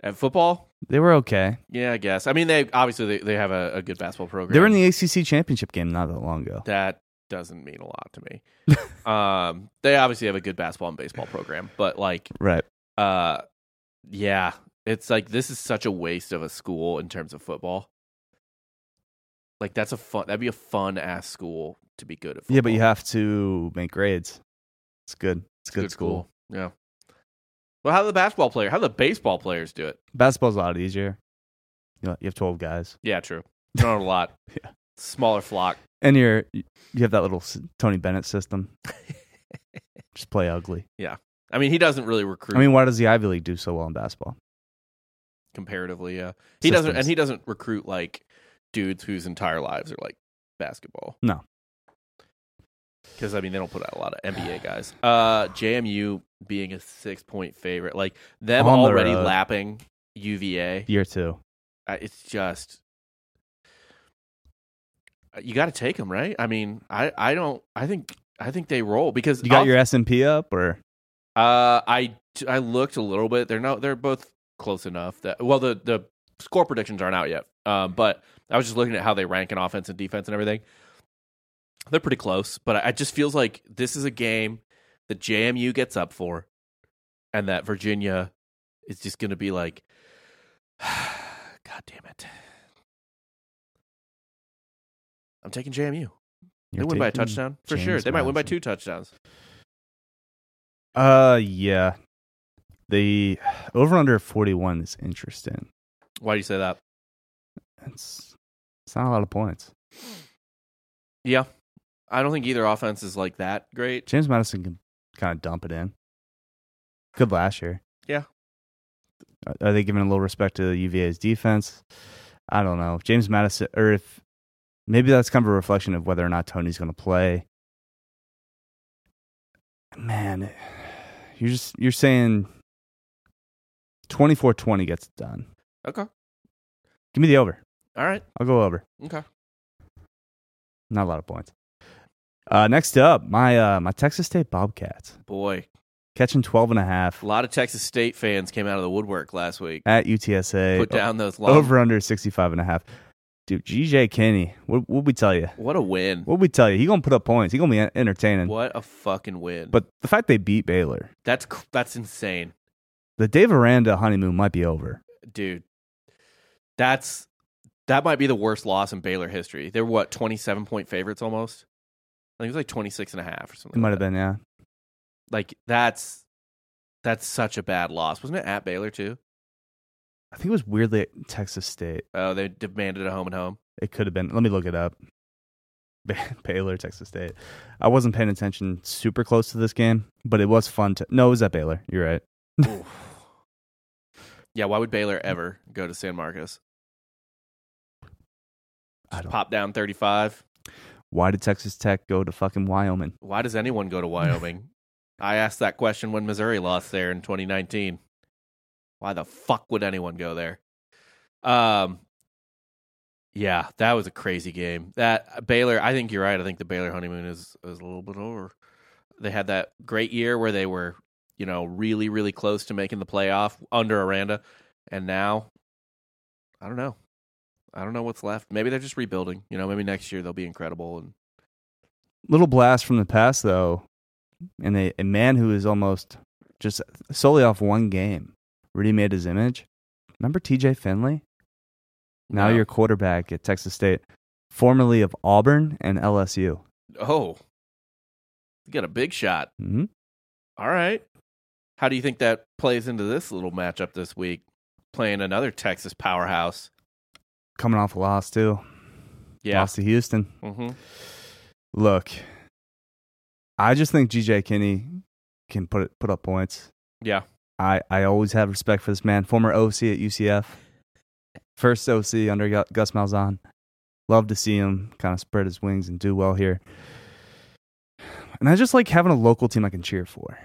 and football.
They were okay.
Yeah, I guess. I mean, they obviously they, they have a, a good basketball program.
They were in the ACC championship game not that long ago.
that doesn't mean a lot to me. um, they obviously have a good basketball and baseball program, but like,
Right.
uh, yeah, it's like this is such a waste of a school in terms of football. Like that's a fun. That'd be a fun ass school to be good at. Football.
Yeah, but you have to make grades. It's good. It's good, school.
Yeah. Well, how do the basketball player? How do the baseball players do it?
Basketball's a lot easier. You know, you have twelve guys,
Yeah, true. Not a lot.
Yeah.
Smaller flock.
and you're you have that little s- Tony Bennett system. Just play ugly.
I mean, he doesn't really recruit
I mean, why does the Ivy League do so well in basketball?
comparatively. Yeah, he doesn't, and
Systems.
he doesn't recruit like dudes whose entire lives are like basketball.
No.
because I mean they don't put out a lot of NBA guys. Uh, JMU being a six point favorite, like them
On the
already
road.
lapping UVA.
Year two.
I- It's just you got to take them, right? I mean, I I don't. I think I think they roll because
You got
I'll-
your S and P up, or
uh, I I looked a little bit. They're not. They're both close enough. That well, the the score predictions aren't out yet. Um, but I was just looking at how they rank in offense and defense and everything. They're pretty close, but I- it just feels like this is a game that JMU gets up for, and that Virginia is just going to be like, God damn it! I'm taking JMU. They
you're
win by a
taking-
touchdown for
James
sure. They might win by
Madison.
two touchdowns.
Uh, yeah. The over under forty one is interesting.
Why do you say that?
It's it's not a lot of points.
Yeah. I don't think either offense is like that great.
James Madison can kind of dump it in. Good last year.
Yeah.
Are- Are they giving a little respect to UVA's defense? I don't know. James Madison, or if maybe that's kind of a reflection of whether or not Tony's going to play. Man, you're just you're saying 24-20 gets it done.
Okay.
Give me the over.
All right.
I'll go over.
Okay.
Not a lot of points. Uh, next up, my uh, my Texas State Bobcats
Boy,
catching 12 and a half
a lot of Texas State fans came out of the woodwork last week.
at UTSA.
Put down those long.
oh, over under 65 and a half. Dude, GJ Kenny, what would we tell you?
What a win.
What we tell you? He going to put up points. He going to be entertaining.
What a fucking win.
But the fact they beat Baylor,
that's cr- that's insane,
the Dave Aranda honeymoon might be over.
dude. That's that might be the worst loss in Baylor history. They're what, 27 point favorites almost? I think it was like 26 and a half or something.
It might
like
have
that.
been, yeah.
Like that's that's such a bad loss. Wasn't it at Baylor too?
I think it was weirdly at Texas State.
Oh, they demanded a home and home.
It could have been. Let me look it up. Ba- Baylor, Texas State. I wasn't paying attention super close to this game, but it was fun. To, no, it was at Baylor. You're right.
Oof. yeah, why would Baylor ever go to San Marcos?
I don't-
Pop down 35.
Why did Texas Tech go to fucking Wyoming?
Why does anyone go to Wyoming? I asked that question when Missouri lost there in 2019. Why the fuck would anyone go there? Um Yeah, that was a crazy game. That uh, Baylor, I think you're right. I think the Baylor honeymoon is is a little bit over. They had that great year where they were, you know, really really close to making the playoff under Aranda, and now I don't know. I don't know what's left. Maybe they're just rebuilding. You know, maybe next year they'll be incredible and
little blast from the past though, and a, a man who is almost just solely off one game really made his image. Remember T.J. Finley? Now
No.
your quarterback at Texas State, formerly of Auburn and LSU.
Oh, you got a big shot.
hmm
All right. How do you think that plays into this little matchup this week? Playing another Texas powerhouse.
coming off a loss too.
Yeah.
Lost to Houston.
Mm-hmm.
Look, I just think GJ Kinney can put it, put up points.
Yeah.
I, I always have respect for this man. Former OC at UCF, first OC under Gu- Gus Malzahn. Love to see him kind of spread his wings and do well here. And I just like having a local team I can cheer for.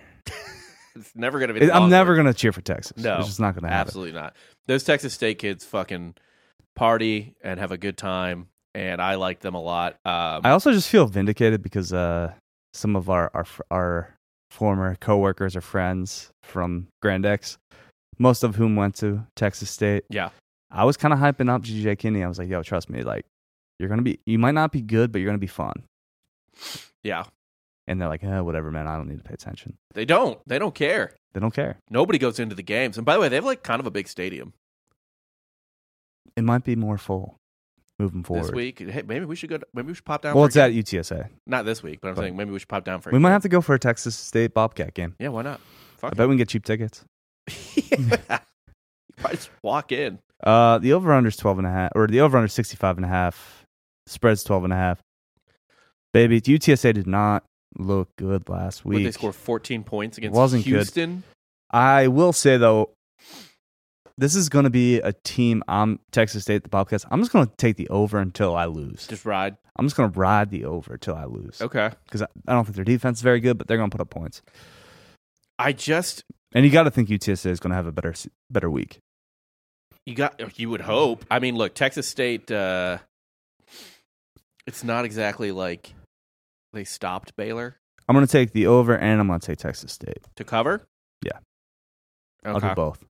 It's never gonna be.
It-
the
I'm
Longhorns.
never gonna cheer for Texas.
No,
it's just not gonna happen.
Absolutely not. Those Texas State kids fucking party and have a good time, and I like them a lot. Um,
I also just feel vindicated because uh, some of our our fr- our former coworkers or friends from Grand X, most of whom went to Texas State.
Yeah.
I was kind of hyping up GJ Kinney. I was like, "Yo, trust me, like you're gonna be, you might not be good, but you're gonna be fun."
yeah,
And they're like, eh, "Whatever, man. I don't need to pay attention.
they don't. They don't care.
They don't care.
Nobody goes into the games. And by the way, they have like kind of a big stadium
It might be more full moving forward."
this week. Hey, maybe we should go. To, maybe we should pop down.
well,
for
it's
a
at
game.
UTSA.
not this week, but I'm
But-
saying maybe we should pop down for. a
We might
game.
have to go for a Texas State Bobcat game.
Yeah, why not? Fuck
I bet we can get cheap tickets.
it. Yeah. you probably just walk in.
Uh, the over under is 12 and a half, or the over under 65 and a half. Spread's 12 and a half. Baby, UTSA did not look good last
Would
week.
they score 14 points against
Wasn't good.
Houston?
I will say, though, this is going to be a team. I'm Texas State, the Bobcats. I'm just going to take the over until I lose.
Just ride.
I'm just going to ride the over till I lose.
Okay.
Because I, I don't think their defense is very good, but they're going to put up points.
I just
And you got to think UTSA is going to have a better s- better week.
You got. You would hope. I mean, look, Texas State. Uh, it's not exactly like they stopped Baylor
I'm going to take the over and I'm going to take Texas State.
to cover.
Yeah.
Okay.
I'll do both.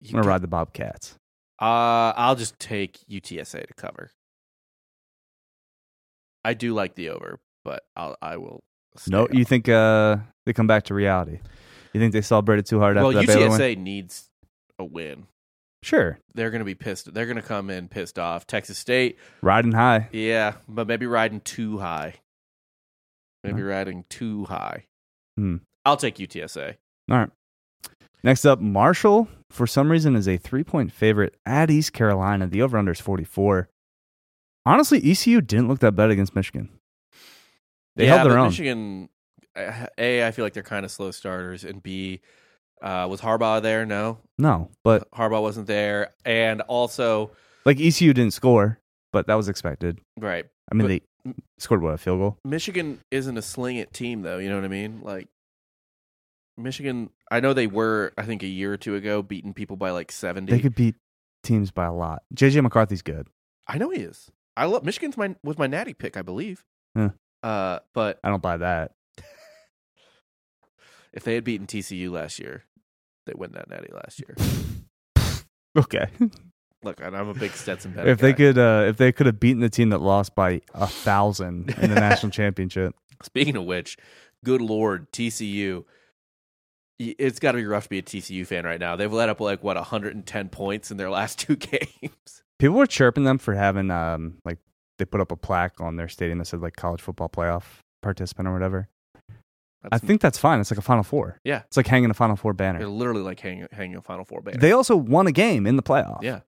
You
I'm
got-
going to ride the Bobcats.
Uh, I'll just take UTSA to cover. I do like the over, but I'll. I will. stay
No,
up.
you think uh, they come back to reality? You think they celebrated too hard
Well,
after that Baylor win?
UTSA needs a win.
Sure,
They're going to be pissed. They're going to come in pissed off. Texas State.
riding high.
Yeah, but maybe riding too high. Maybe riding too high.
Hmm.
I'll take UTSA.
All right. Next up, Marshall. For some reason, is a three-point favorite at East Carolina. The over/under is forty-four. Honestly, ECU didn't look that bad against Michigan. They
yeah,
held their
but
own.
Michigan, uh, a I feel like they're kind of slow starters, and b uh, was Harbaugh there? No,
No, but
Harbaugh wasn't there, and also
like ECU didn't score, but that was expected.
right,
I mean,
But-
they scored what a field goal.
Michigan isn't a sling it team though. You know what I mean? Like Michigan, I know they were, I think a year or two ago, beating people by like seventy.
They could beat teams by a lot. JJ McCarthy's good.
I know he is. I love Michigan's my was my natty pick, I believe.
Huh.
Uh, but
I don't buy that.
if they had beaten TCU last year, they win that natty last year.
Okay.
Look, and I'm a big Stetson bet.
if they could uh, if they could have beaten the team that lost by a thousand in the national championship
Speaking of which, good lord, TCU. Y- It's got to be rough to be a TCU fan right now. They've let up like what 110 points in their last two games.
people were chirping them for having um like they put up a plaque on their stadium that said like college football playoff participant or whatever i
That's-
think that's fine it's like a final four
Yeah.
it's like hanging a final four banner
they're literally like hanging hanging a Final Four banner.
they also won a game in the playoff
yeah,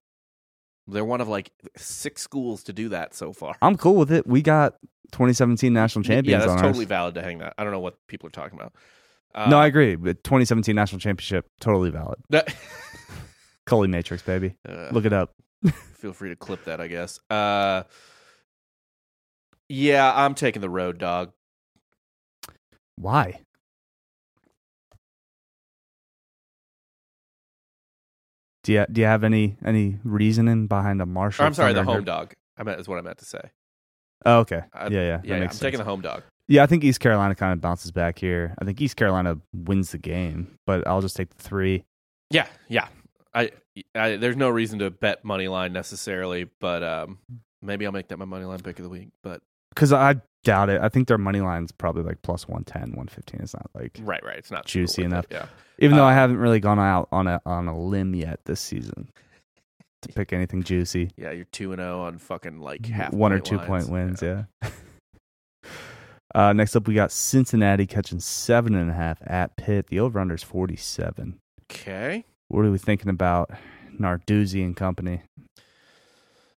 they're one of like six schools to do that so far.
i'm cool with it we got 2017 national
yeah,
champions
that's
on
totally
ours.
valid to hang that. I don't know what people are talking about. Uh,
no i agree but 2017 national championship totally valid Cully matrix baby
Uh,
look it up
feel free to clip that, I guess. Uh, yeah, I'm taking the road dog.
why do you, do you have any any reasoning behind the
Or,
Marshall?
I'm sorry, the
Thunder
home
Herd-
dog. I meant is what I meant to say.
Oh, okay.
I-
yeah, yeah. That
Yeah, yeah, I'm
makes
taking the
sense.
home dog.
yeah, I think East Carolina kind of bounces back here. I think East Carolina wins the game, but I'll just take the three.
Yeah, yeah. I, I there's no reason to bet money line necessarily, but um, maybe I'll make that my money line pick of the week. But
Because I doubt it. I think their money line's probably like plus 110, 115. It's not like,
right, right, it's not
Juicy
cool with
enough.
it, Yeah,
even though
Uh,
I haven't really gone out on a, on a limb yet this season to pick anything juicy.
yeah, you're two and zero on fucking like half
Mm, one or
point
two
lines.
point wins. Yeah. uh, next up, we got Cincinnati catching seven and a half at Pitt. The over under is 47.
Okay,
What are we thinking about Narduzzi and company?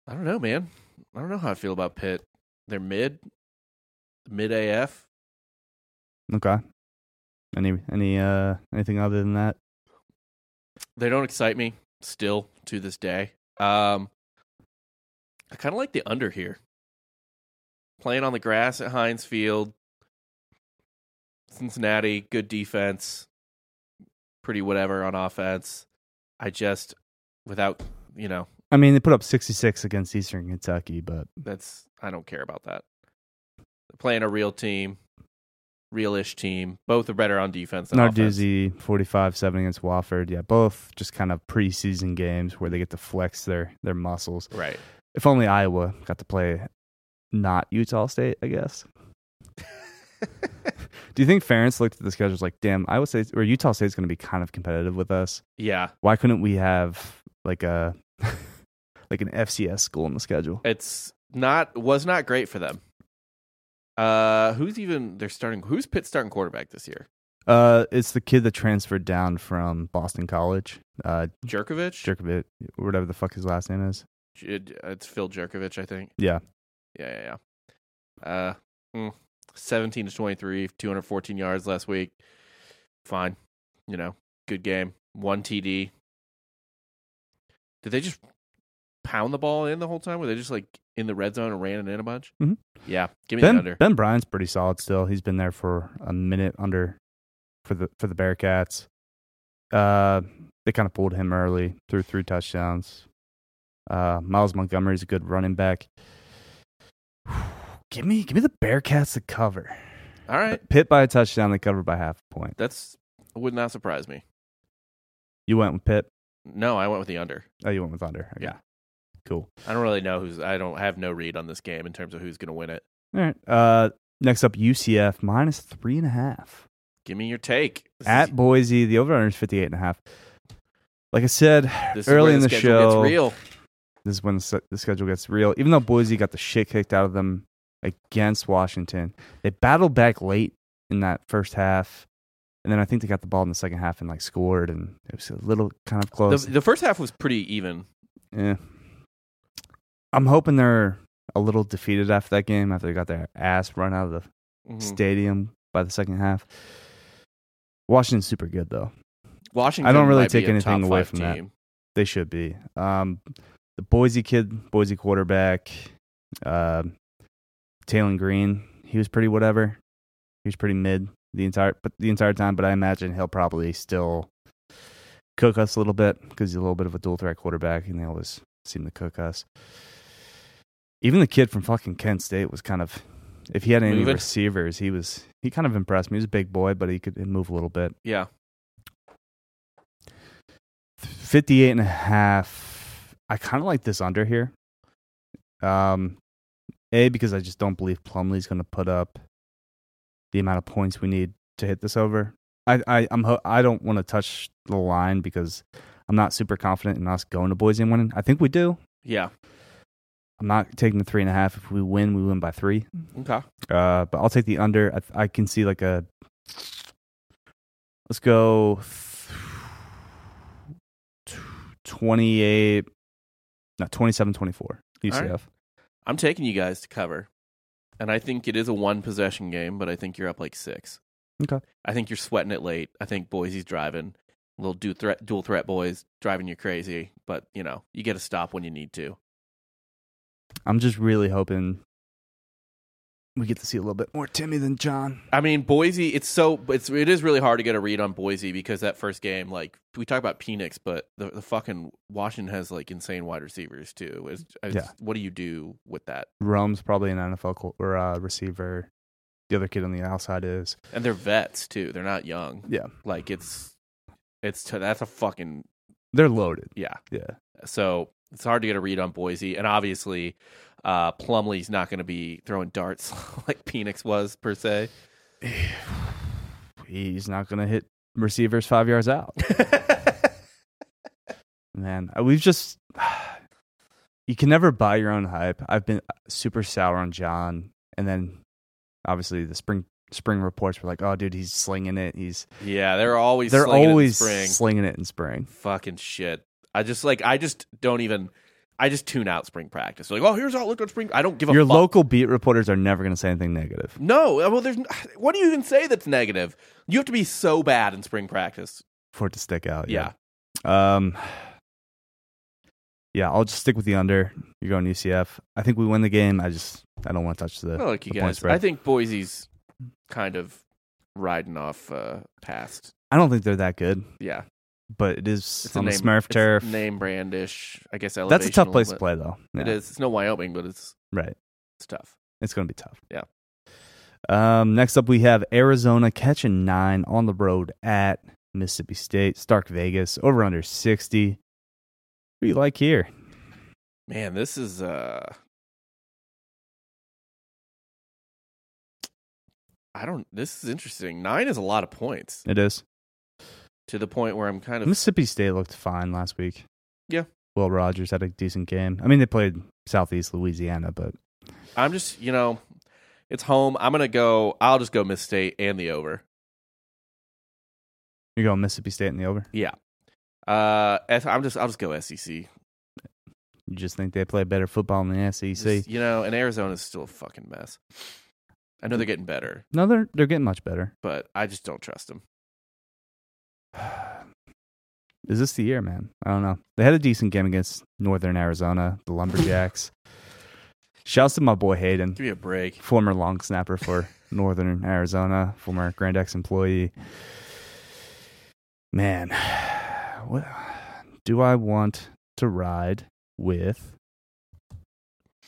I don't know, man. I don't know how I feel about Pitt. They're mid, mid AF.
Okay. Any any uh anything other than that?
They don't excite me still to this day. Um, I kind of like the under here. Playing on the grass at Heinz Field, Cincinnati, good defense, pretty whatever on offense. I just, without you know,
I mean, they put up 66 against Eastern Kentucky, but
that's I don't care about that. They're playing a real team, real-ish team. Both are better on defense than offense.
Narduzzi 45-7 against Wofford. Yeah, both just kind of preseason games where they get to flex their their muscles.
Right.
If only Iowa got to play not Utah State, I guess. Do you think Ferentz looked at the schedule and was like, damn, Iowa State or Utah State's going to be kind of competitive with us?
Yeah.
Why couldn't we have like a like an FCS school on the schedule?
it's not was not great for them. Uh, who's even they're starting? Who's Pitt's starting quarterback this year?
Uh, it's the kid that transferred down from Boston College, uh,
Jerkovic.
Jerkovic, whatever the fuck his last name is.
It- it's Phil Jerkovic, I think.
Yeah.
Yeah, yeah, yeah. Uh, mm, seventeen to twenty-three, two hundred fourteen yards last week. Fine, you know, good game. One TD. Did they just pound the ball in the whole time? Were they just like in the red zone and ran it in a bunch?
Mhm.
Yeah, give me the
Ben
under.
Ben Bryant's pretty solid still. He's been there for a minute under for the for the Bearcats. Uh, they kind of pulled him early, threw three touchdowns. Uh, Miles Montgomery's a good running back. give me give me the Bearcats to cover.
All right,
Pitt by a touchdown, they cover by half a point.
that's would not surprise me.
You went with Pitt.
No, I went with the under.
Oh, you went with Thunder. Okay.
Yeah.
Cool.
I don't really know who's. I don't have no read on this game in terms of who's going to win it.
All right. Uh, next up, UCF minus three and a half.
Give me your take. This
at
is,
Boise. The over under is 58 and a half. Like I said,
this
early
where
in the
schedule gets
show-
real.
this is when the se- the schedule gets real. Even though Boise got the shit kicked out of them against Washington, they battled back late in that first half. And then I think they got the ball in the second half and like scored, and it was a little kind of
The,
close.
the first half was pretty even.
yeah. I'm hoping they're a little defeated after that game, after they got their ass run out of the Mm-hmm.
Mhm.
stadium by the second half. Washington's super good, though.
Washington.
I don't really
might be
take
a
anything
top
away
five
from that.
team.
They should be. Um, the Boise kid, Boise quarterback, uh, Taylon Green, he was pretty whatever. He was pretty mid the entire but the entire time. But I imagine he'll probably still cook us a little bit because he's a little bit of a dual threat quarterback, and they always seem to cook us. Even the kid from fucking Kent State was kind of, if he had any
Moving.
receivers, he was he kind of impressed me. He was a big boy, but he could move a little bit.
Yeah,
58 and a half. I kind of like this under here. Um, a because I just don't believe Plumlee's going to put up the amount of points we need to hit this over. I I I'm ho- I don't want to touch the line because I'm not super confident in us going to Boise and winning. I think we do.
yeah.
I'm not taking the three and a half. If we win, we win by three.
Okay.
Uh, but I'll take the under. I, th- I can see like a. Let's go. th- 28. No, 27 24. UCF.
I'm taking you guys to cover, and I think it is a one possession game, but I think you're up like six.
Okay.
I think you're sweating it late. I think Boise's driving. Little dual threat, dual threat boys driving you crazy, but you know you get a stop when you need to.
I'm just really hoping we get to see a little bit more Timmy than John.
I mean, Boise. It's so it's it is really hard to get a read on Boise because that first game, like we talk about Phoenix, but the, the fucking Washington has like insane wide receivers too. It's, it's,
Yeah.
What do you do with that?
Rome's probably an NFL co- or uh, receiver. The other kid on the outside is.
And they're vets too. They're not young.
Yeah.
Like it's it's t- that's a fucking
They're loaded.
yeah.
Yeah.
So it's hard to get a read on Boise, and obviously. Uh, Plumlee's not going to be throwing darts like Phoenix was per se.
He's not going to hit receivers five yards out. Man, uh, we've just you can never buy your own hype. I've been super sour on John, and then obviously the spring spring reports were like, "Oh, dude, he's slinging it. He's
yeah, they're always
they're
slinging it in
always
spring.
slinging it in spring."
fucking shit. I just like I just don't even I just tune out spring practice. Like, oh, here's how it looked on spring. I don't give a
Your
fuck.
local beat reporters are never going to say anything negative.
No, uh, well, there's. What do you even say that's negative? You have to be so bad in spring practice.
for it to stick out.
Yeah,
Um, yeah, I'll just stick with the under. You're going UCF. I think we win the game. I just I don't want to touch the,
I like you
the point
guys.
spread. I,
I think Boise's kind of riding off uh, past.
don't think they're that good,
Yeah,
but it is
it's
on
a name
the Smurf
it's
turf.
name brandish. I guess elevation
That's a tough
little
place to
bit.
play, though.
It
Yeah,
is. It's no Wyoming, but it's
right.
it's tough.
It's going to be tough.
Yeah.
Um, next up, we have Arizona catching nine on the road at Mississippi State, Stark Vegas, over under sixty. What do you like here?
Man, this is uh I don't this is interesting. 9 is a lot of points
It is.
to the point where I'm kind of
Mississippi State looked fine last week.
Yeah.
Will Rogers had a decent game. I mean, they played Southeast Louisiana, but
I'm just, you know, it's home. I'm going to go I'll just go Miss State and the over.
you're going Mississippi State in the over.
Yeah. Uh S- E I'm just I'll just go SEC.
You just think they play better football in the E SEC?
Just, you know, and Arizona's still a fucking mess. I know they're getting better,
no, they're they're getting much better.
but I just don't trust them.
Is this the year, man? I don't know. They had a decent game against Northern Arizona, the Lumberjacks. Shouts to my boy Hayden,
Give me a break.
former long snapper for Northern Arizona, former Grand X employee. Man, what do I want to ride with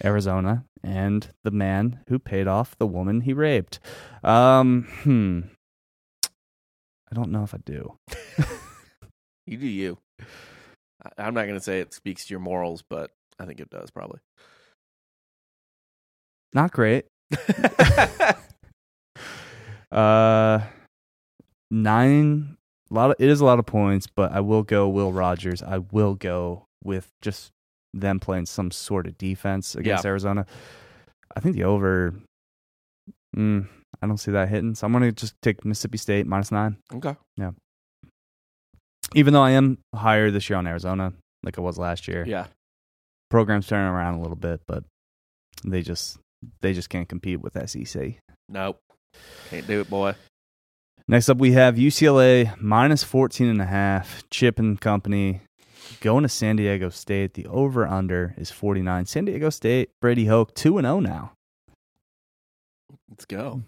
Arizona and the man who paid off the woman he raped? Um, hmm. I don't know if I do.
You do you. I- I'm not going to say it speaks to your morals, but I think it does probably.
Not great. Uh, nine. A lot. Of, it is a lot of points, but I will go Will Rogers. I will go with just them playing some sort of defense against Arizona. I think the over. Mm, I don't see that hitting, so I'm gonna just take Mississippi State minus nine.
okay.
Even though I am higher this year on Arizona, like I was last year.
Yeah.
Program's turning around a little bit, but they just they just can't compete with E SEC.
Nope. Can't do it, boy.
Next up, we have UCLA minus 14 and a half. Chip and company going to San Diego State. The over under is 49. San Diego State, Brady Hoke, 2 and 0 now.
Let's go.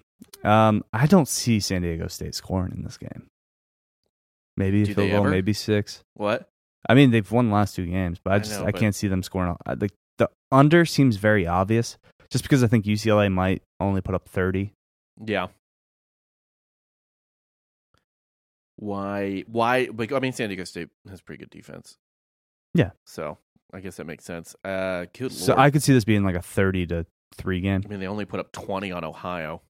Um, I don't see San Diego State scoring in this game. Maybe
Do
field
they
goal,
ever?
maybe six.
What?
I mean, they've won the last two games, but I
I
just I,
know, but-
can't see them scoring. I- Like the under seems very obvious, just because I think UCLA might only put up 30.
Yeah. Why? Why? Like, I mean, San Diego State has pretty good defense.
Yeah.
So I guess that makes sense. Uh, good
So
lord.
I could see this being like a 30 to three game.
I mean, they only put up 20 on Ohio.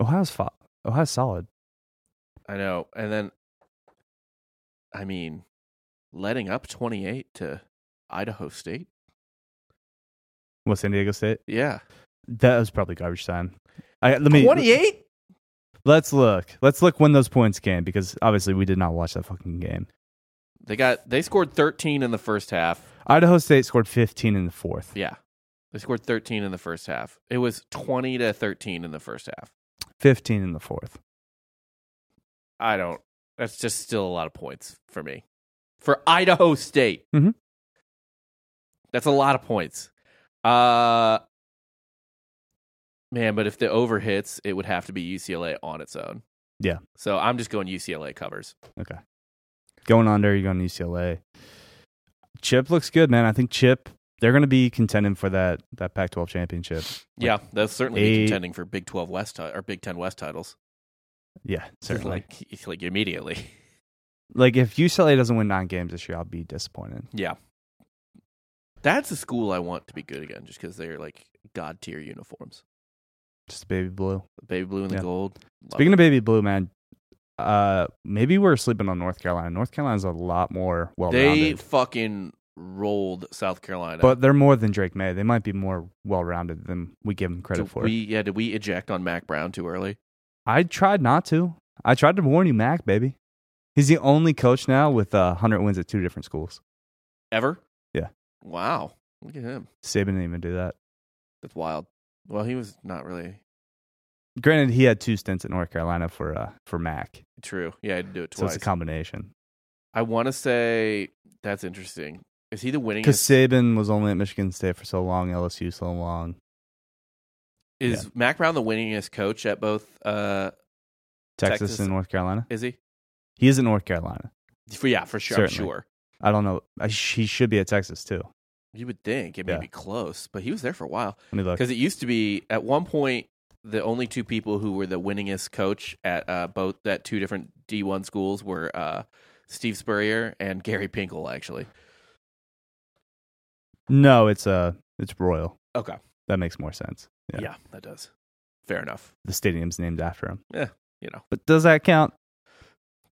Ohio's fo- Ohio's solid.
I know. And then, I mean, letting up 28 to Idaho State.
What San Diego State?
Yeah.
That was probably garbage time. I let me
28?
Let's look. Let's look when those points came because obviously we did not watch that fucking game.
They got they scored 13 in the first half.
Idaho State scored 15 in the fourth.
Yeah. They scored 13 in the first half. It was 20 to 13 in the first half.
15 in the fourth.
I don't that's just still a lot of points for me. For Idaho State.
Mhm.
That's a lot of points. Uh Man, but if the over hits, it would have to be UCLA on its own.
Yeah.
So I'm just going UCLA covers.
Okay. Going under, you're going to UCLA. Chip looks good, man. I think Chip they're going to be contending for that that Pac-12 championship.
yeah, they'll certainly be
eight-
contending for Big 12 West ti- or Big 10 West titles.
Yeah, certainly. Like,
Like like immediately.
if UCLA doesn't win 9 games this year, I'll be disappointed.
Yeah. That's a school I want to be good again just because they're like god tier uniforms.
Just baby blue.
The baby blue and the
Yeah.
gold. Love
Speaking
it.
of baby blue, man, uh maybe we're sleeping on North Carolina. North Carolina's a lot more well-rounded.
they fucking rolled South Carolina.
But they're more than Drake May. They might be more well rounded than we give them credit
did
for.
we yeah, did we eject on Mac Brown too early?
I tried not to. I tried to warn you, Mac, baby. He's the only coach now with uh, 100 wins at two different schools.
ever.
Yeah.
Wow. Look at him.
Saban didn't even do that.
That's wild. Well, he was not really
Granted, he had two stints at North Carolina for uh, for Mac,
true. Yeah, I had to do it
so
twice.
it's a combination.
I want to say that's interesting. Is he the winningest?
Because Saban was only at Michigan State for so long, LSU so long.
is Mac Brown the winningest coach at both? Uh,
Texas,
Texas.
and North Carolina.
is he?
He is in North Carolina.
For, yeah, for sure. I'm
Certainly.
sure.
I don't know. I sh- he should be at Texas too.
You would think it may
Yeah.
be close, but he was there for a while
Let me look.
because it used to be at one point the only two people who were the winningest coach at uh, both at two different D1 schools were uh, Steve Spurrier and Gary Pinkel. Actually,
No, it's uh, it's Royal.
okay,
That makes more sense.
yeah,
Yeah.
that does. Fair enough.
The stadium's named after him.
Yeah, you know.
But does that count?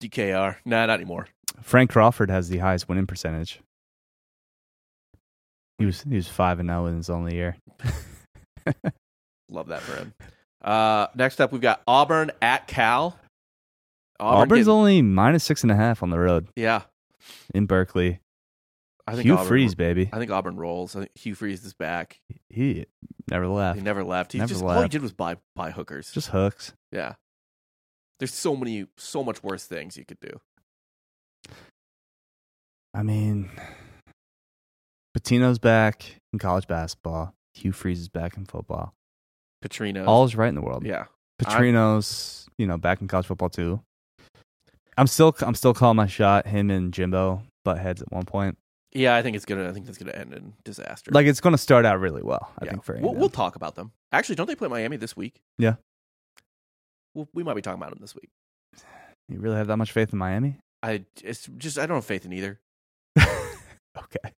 DKR, nah, not anymore.
Frank Crawford has the highest winning percentage. He was he was five and zero in his only year.
Love that for him. Uh, next up, we've got Auburn at Cal. Auburn
Auburn's
getting-
only minus six and a half on the road
yeah.
in Berkeley.
I think
Hugh
Auburn,
Freeze, baby.
I think Auburn rolls. I think Hugh Freeze is back.
He never left.
He never left. He
Never
just all he
left.
did was buy buy hookers.
Just hooks.
yeah. There's so many, so much worse things you could do.
I mean, Patino's back in college basketball. Hugh Freeze is back in football.
Petrino.
All is right in the world.
yeah.
Petrino's, you know, back in college football too. I'm still, I'm still calling my shot. Him and Jimbo butt heads at one point.
Yeah, I think it's gonna. I think that's gonna end in disaster.
Like it's going to start out really well, I
Yeah.
think. For
we'll,
A&M.
we'll talk about them. Actually, don't they play Miami this week?
Yeah.
Well, we might be talking about them this week.
you really have that much faith in Miami?
I it's just I don't have faith in either.
Okay.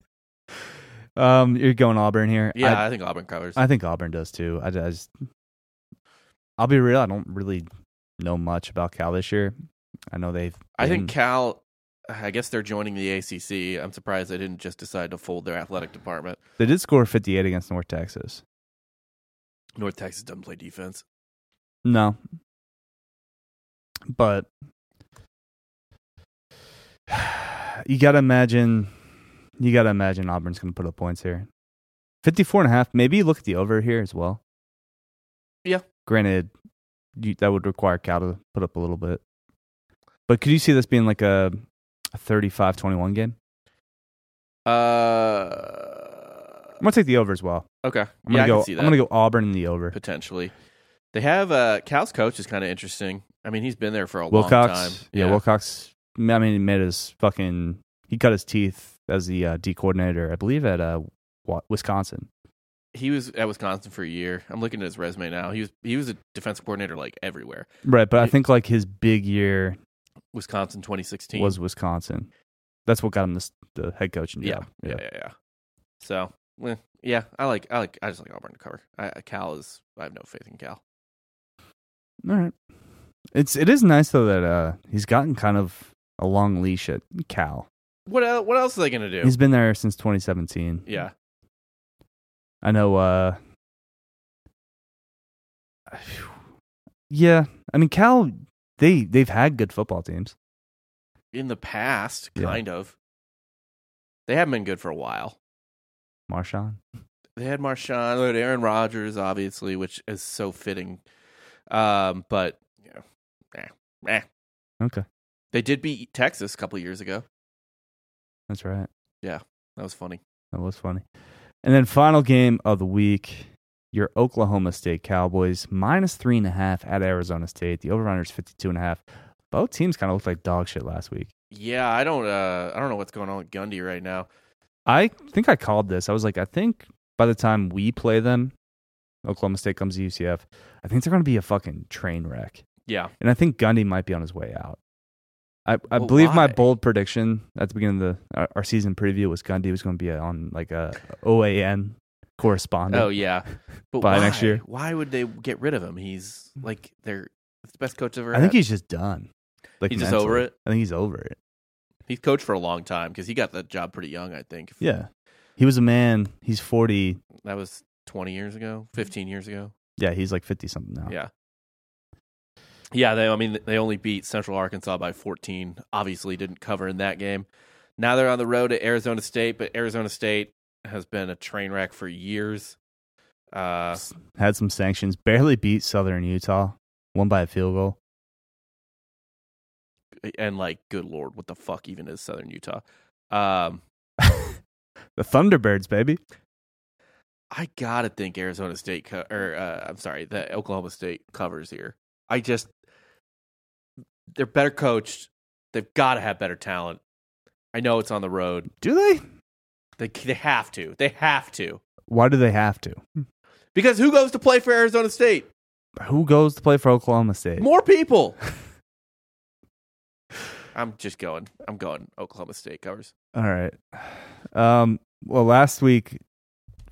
Um, you're going Auburn here.
Yeah, I, think Auburn covers.
I, I think Auburn does too. I just, I'll be real. I don't really know much about Cal this year. I know they've.
I think
been-
Cal. I guess they're joining the ACC. I'm surprised they didn't just decide to fold their athletic department.
They did score 58 against North Texas.
North Texas doesn't play defense.
No. But you got to imagine you got to imagine Auburn's going to put up points here. 54 and a half. Maybe you look at the over here as well.
Yeah.
Granted, you, that would require Cal to put up a little bit. But could you see this being like a 35-21 game? I'm
Uh,
going to take the over as well.
okay.
I'm
yeah,
going to
I
go
can see that
I'm going to go Auburn in the over.
potentially. They have uh, Cal's coach is kind of interesting. I mean, he's been there for a long
Wilcox.
time.
Yeah, Wilcox. I mean, he made his fucking. He cut his teeth as the uh, D coordinator, I believe, at uh, Wa- Wisconsin.
he was at Wisconsin for a year. I'm looking at his resume now. He was he was a defensive coordinator like everywhere.
Right, but I
It-
think like his big year
Wisconsin 2016
was Wisconsin. That's what got him this, the head coaching
yeah
job.
yeah yeah yeah. So eh, yeah, I like I like I just like Auburn to cover. I, Cal is I have no faith in Cal.
All right. It's it is nice though that uh, he's gotten kind of a long leash at Cal.
What el- what else are they gonna do?
He's been there since 2017.
yeah,
I know. uh Yeah, I mean Cal. They they've had good football teams.
in the past,
Yeah.
kind of. They haven't been good for a while.
Marshawn.
They had Marshawn, they had Aaron Rodgers, obviously, which is so fitting. Um, but you know, eh, eh.
Okay.
They did beat Texas a couple years ago.
That's right.
That was funny.
That was funny. And then final game of the week, your Oklahoma State Cowboys minus three and a half at Arizona State. The over/under is fifty two and a half. Both teams kind of looked like dog shit last week.
Yeah, I don't uh I don't know what's going on with Gundy right now.
I think I called this. I was like, I think by the time we play them, Oklahoma State comes to UCF. I think they're going to be a fucking train wreck.
Yeah.
And I think Gundy might be on his way out. I, I
Well,
believe my
why?
bold prediction at the beginning of the our, our season preview was Gundy was going to be on like a OAN correspondent.
Oh yeah. But
By
why?
next year.
Why would they get rid of him? He's like they're it's the best coach ever.
I think
had.
he's just done. Like
He's just over
mentally.
it?
I think he's over it.
he's coached for a long time because he got that job pretty young, I think.
Yeah, he was a man. He's forty.
That was twenty years ago, fifteen years ago.
Yeah, he's like fifty something now.
Yeah. Yeah, they I mean they only beat Central Arkansas by 14. Obviously didn't cover in that game. Now they're on the road to Arizona State, but Arizona State has been a train wreck for years. Uh,
Had some sanctions. Barely beat Southern Utah. Won by a field goal.
and like, good lord, what the fuck even is Southern Utah? Um,
The Thunderbirds, baby.
I gotta think Arizona State co- or uh, I'm sorry, that Oklahoma State covers here. I just they're better coached. They've got to have better talent. I know it's on the road.
Do they?
They they have to. They have to
Why do they have to?
because who goes to play for Arizona State?
Who goes to play for Oklahoma State?
More people. I'm just going. I'm going. Oklahoma State covers.
All right. Um. Well, last week,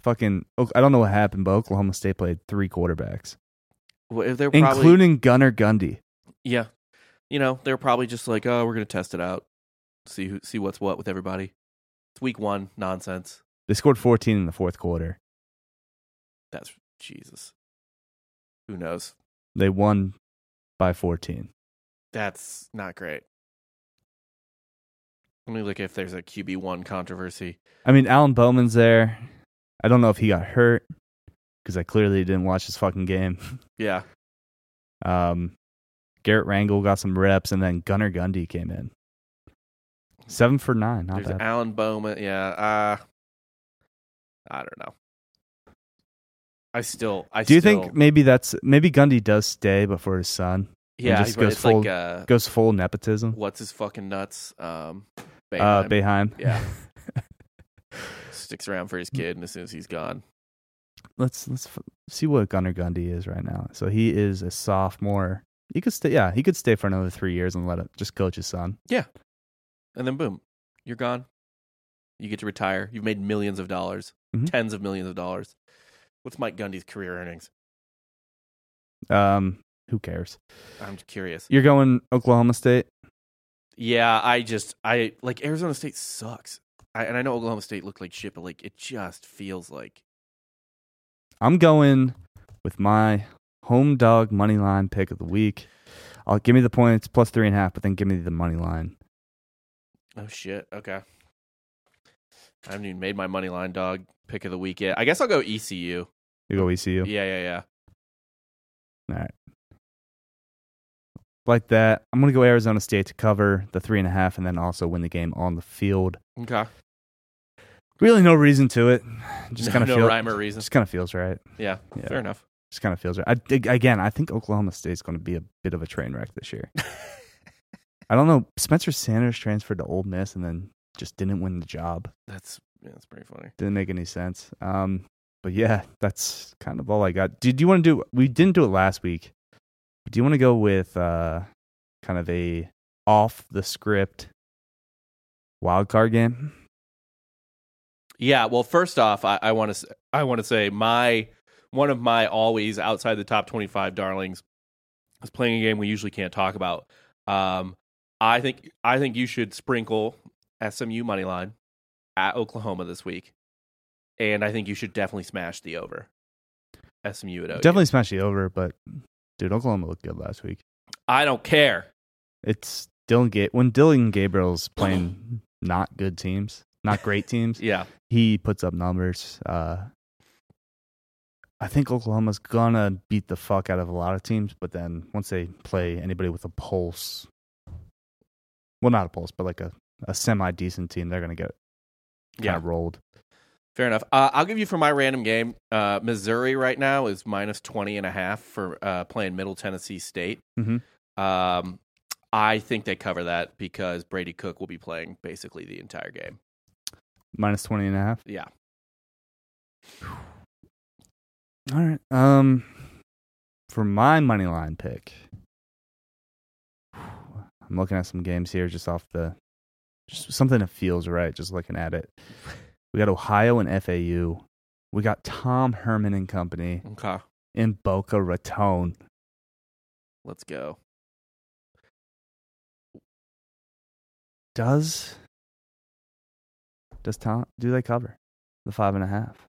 fucking, Ok- I don't know what happened, but Oklahoma State played three quarterbacks,
Well, They're probably
including Gunnar Gundy.
yeah. You know they're probably just like, oh, we're gonna test it out, see who see what's what with everybody. It's week one nonsense.
They scored 14 in the fourth quarter.
That's Jesus. Who knows?
They won by 14.
That's not great. Let me look if there's a QB one controversy.
I mean, Alan Bowman's there. I don't know if he got hurt because I clearly didn't watch his fucking game.
Yeah,
Um, Garrett Rangel got some reps, and then Gunnar Gundy came in. Seven for nine, not
there's
bad.
Alan Bowman. Yeah, uh, I don't know. I still, I
Do you
still,
think maybe that's maybe Gundy does stay, but for his son
Yeah,
just
but
goes
it's like
full-
uh,
goes full nepotism.
what's his fucking nuts? Um,
Uh,
Boeheim
Beheim.
Yeah. sticks around for
Hmm.
his kid, and as soon as he's gone,
let's let's f- see what Gunnar Gundy is right now. So he is a sophomore. He could stay. Yeah, he could stay for another three years and let it just coach his son.
and then boom, you're gone. You get to retire. You've made millions of dollars,
Mhm.
tens of millions of dollars. What's Mike Gundy's career earnings?
Um, who cares?
I'm curious.
You're going Oklahoma State.
Yeah, I just I like Arizona State sucks. I, and I know Oklahoma State looked like shit, but like it just feels like
I'm going with my home dog money line pick of the week. I'll give me the points plus three and a half, but then give me the money line.
oh shit. Okay, I haven't even made my money line dog pick of the week yet. I guess I'll go ECU.
You go E ECU.
Yeah, yeah, yeah.
All right. Like that. I'm gonna go Arizona State to cover the three and a half, and then also win the game on the field.
Okay,
Really, no reason to it. Just
No-
kind of
no
feel,
rhyme or reason.
Just kind of feels right.
Yeah,
Yeah.
fair enough.
Just kind of feels right. I, dig- again, I think Oklahoma State's going to be a bit of a train wreck this year. I don't know. Spencer Sanders transferred to Old Miss and then just didn't win the job.
That's yeah, that's pretty funny.
Didn't make any sense. Um, but yeah, that's kind of all I got. Did you want to do? We didn't do it last week. Do you want to go with uh, kind of a off the script wild card game?
Yeah. Well, first off, I, I want to I want to say my one of my always outside the top twenty five darlings is playing a game we usually can't talk about. Um, I think I think you should sprinkle SMU money line at Oklahoma this week, and I think you should definitely smash the over. SMU at OU.
Definitely smash the over, but dude, Oklahoma looked good last week.
I don't care.
It's Dylan Ga- when Dylan Gabriel's playing not good teams, not great teams,
Yeah.
he puts up numbers. Uh, I think Oklahoma's gonna beat the fuck out of a lot of teams, but then once they play anybody with a pulse, well, not a pulse, but like a, a semi decent team, they're gonna get
Yeah.
kind of rolled.
Fair enough. Uh, I'll give you for my random game. Uh, Missouri right now is minus 20 and a half for uh, playing Middle Tennessee State.
Mhm.
Um, I think they cover that because Brady Cook will be playing basically the entire game.
Minus 20 and a half.
Yeah.
All right. Um, for my money line pick, I'm looking at some games here just off the just something that feels right. Just looking at it, we got Ohio and FAU. We got Tom Herman and company
Okay.
in Boca Raton.
Let's go.
Does does Tom do they cover the five and a half?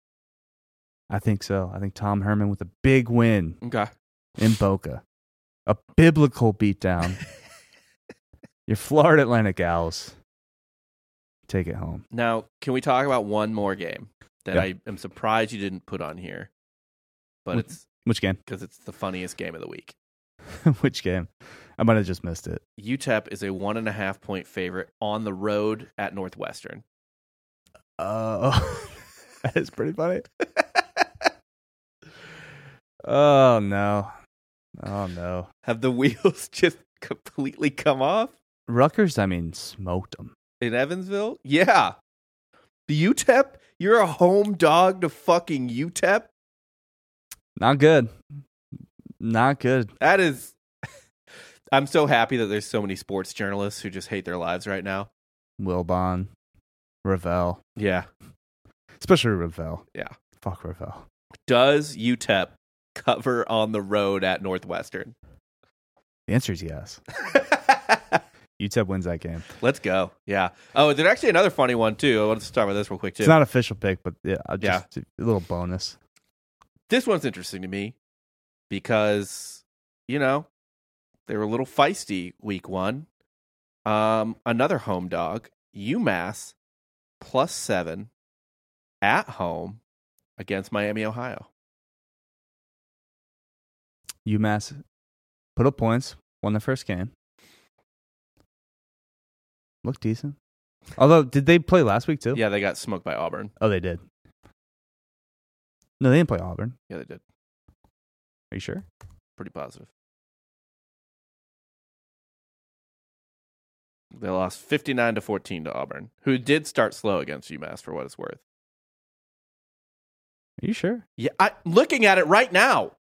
I think so. I think Tom Herman with a big win
Okay.
in Boca. A biblical beatdown. Your Florida Atlantic Owls take it home.
Now, can we talk about one more game that
Yeah.
I am surprised you didn't put on here? But
Which-
it's
Which game?
because it's the funniest game of the week.
Which game? I might have just missed it.
UTEP E is a one and a half point favorite on the road at Northwestern.
Oh, that is pretty funny. oh no, oh no.
Have the wheels just completely come off
Rutgers, I mean, smoked them.
in Evansville? Yeah. The UTEP? You're a home dog to fucking E UTEP?
Not good. Not good.
That is. I'm so happy that there's so many sports journalists who just hate their lives right now.
Wilbon, Ravel,
Yeah.
especially Ravel.
Yeah.
fuck Ravel.
Does UTEP cover on the road at Northwestern?
The answer is yes. UTEP wins that game.
Let's go. Yeah. Oh, there's actually another funny one too. I wanted to talk about this real quick too.
It's not official pick, but yeah, I'll just a little bonus.
this one's interesting to me because you know they were a little feisty week one. Um, another home dog, UMass, plus seven at home against Miami, Ohio.
UMass put up points, won the first game. Looked decent. Although, did they play last week too?
Yeah, they got smoked by Auburn.
Oh, they did. No, they didn't play Auburn.
Yeah, they did.
Are you sure?
Pretty positive. They lost fifty nine to fourteen to Auburn, who did start slow against UMass for what it's worth.
Are you sure?
Yeah, I, looking at it right now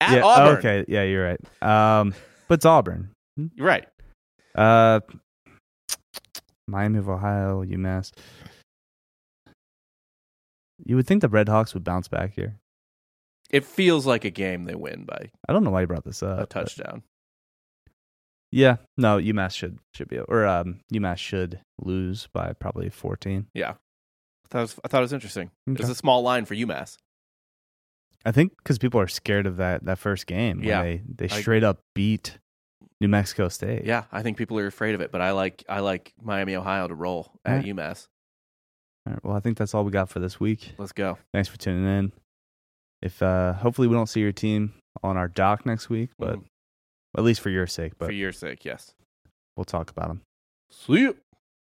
at
yeah.
Auburn.
Okay. Yeah, you're right. Um, but it's Auburn.
You're right.
Uh, Miami of Ohio, UMass. You would think the Red Hawks would bounce back here.
It feels like a game they win by
I don't know why you brought this up.
a
but-
touchdown.
Yeah, no, UMass should should be or um UMass should lose by probably fourteen.
I thought it was, I thought it was interesting. It was
Okay.
a small line for UMass.
I think because people are scared of that that first game. when
Yeah.
they they
I-
straight up beat New Mexico State.
Yeah, I think people are afraid of it, but I like I like Miami, Ohio to roll at
Alright.
UMass.
All right, well, I think that's all we got for this week.
Let's go.
Thanks for tuning in. If uh hopefully we don't see your team on our dock next week, but
Mhm.
at least for your sake,
for
but
your sake, yes.
we'll talk about them.
See you.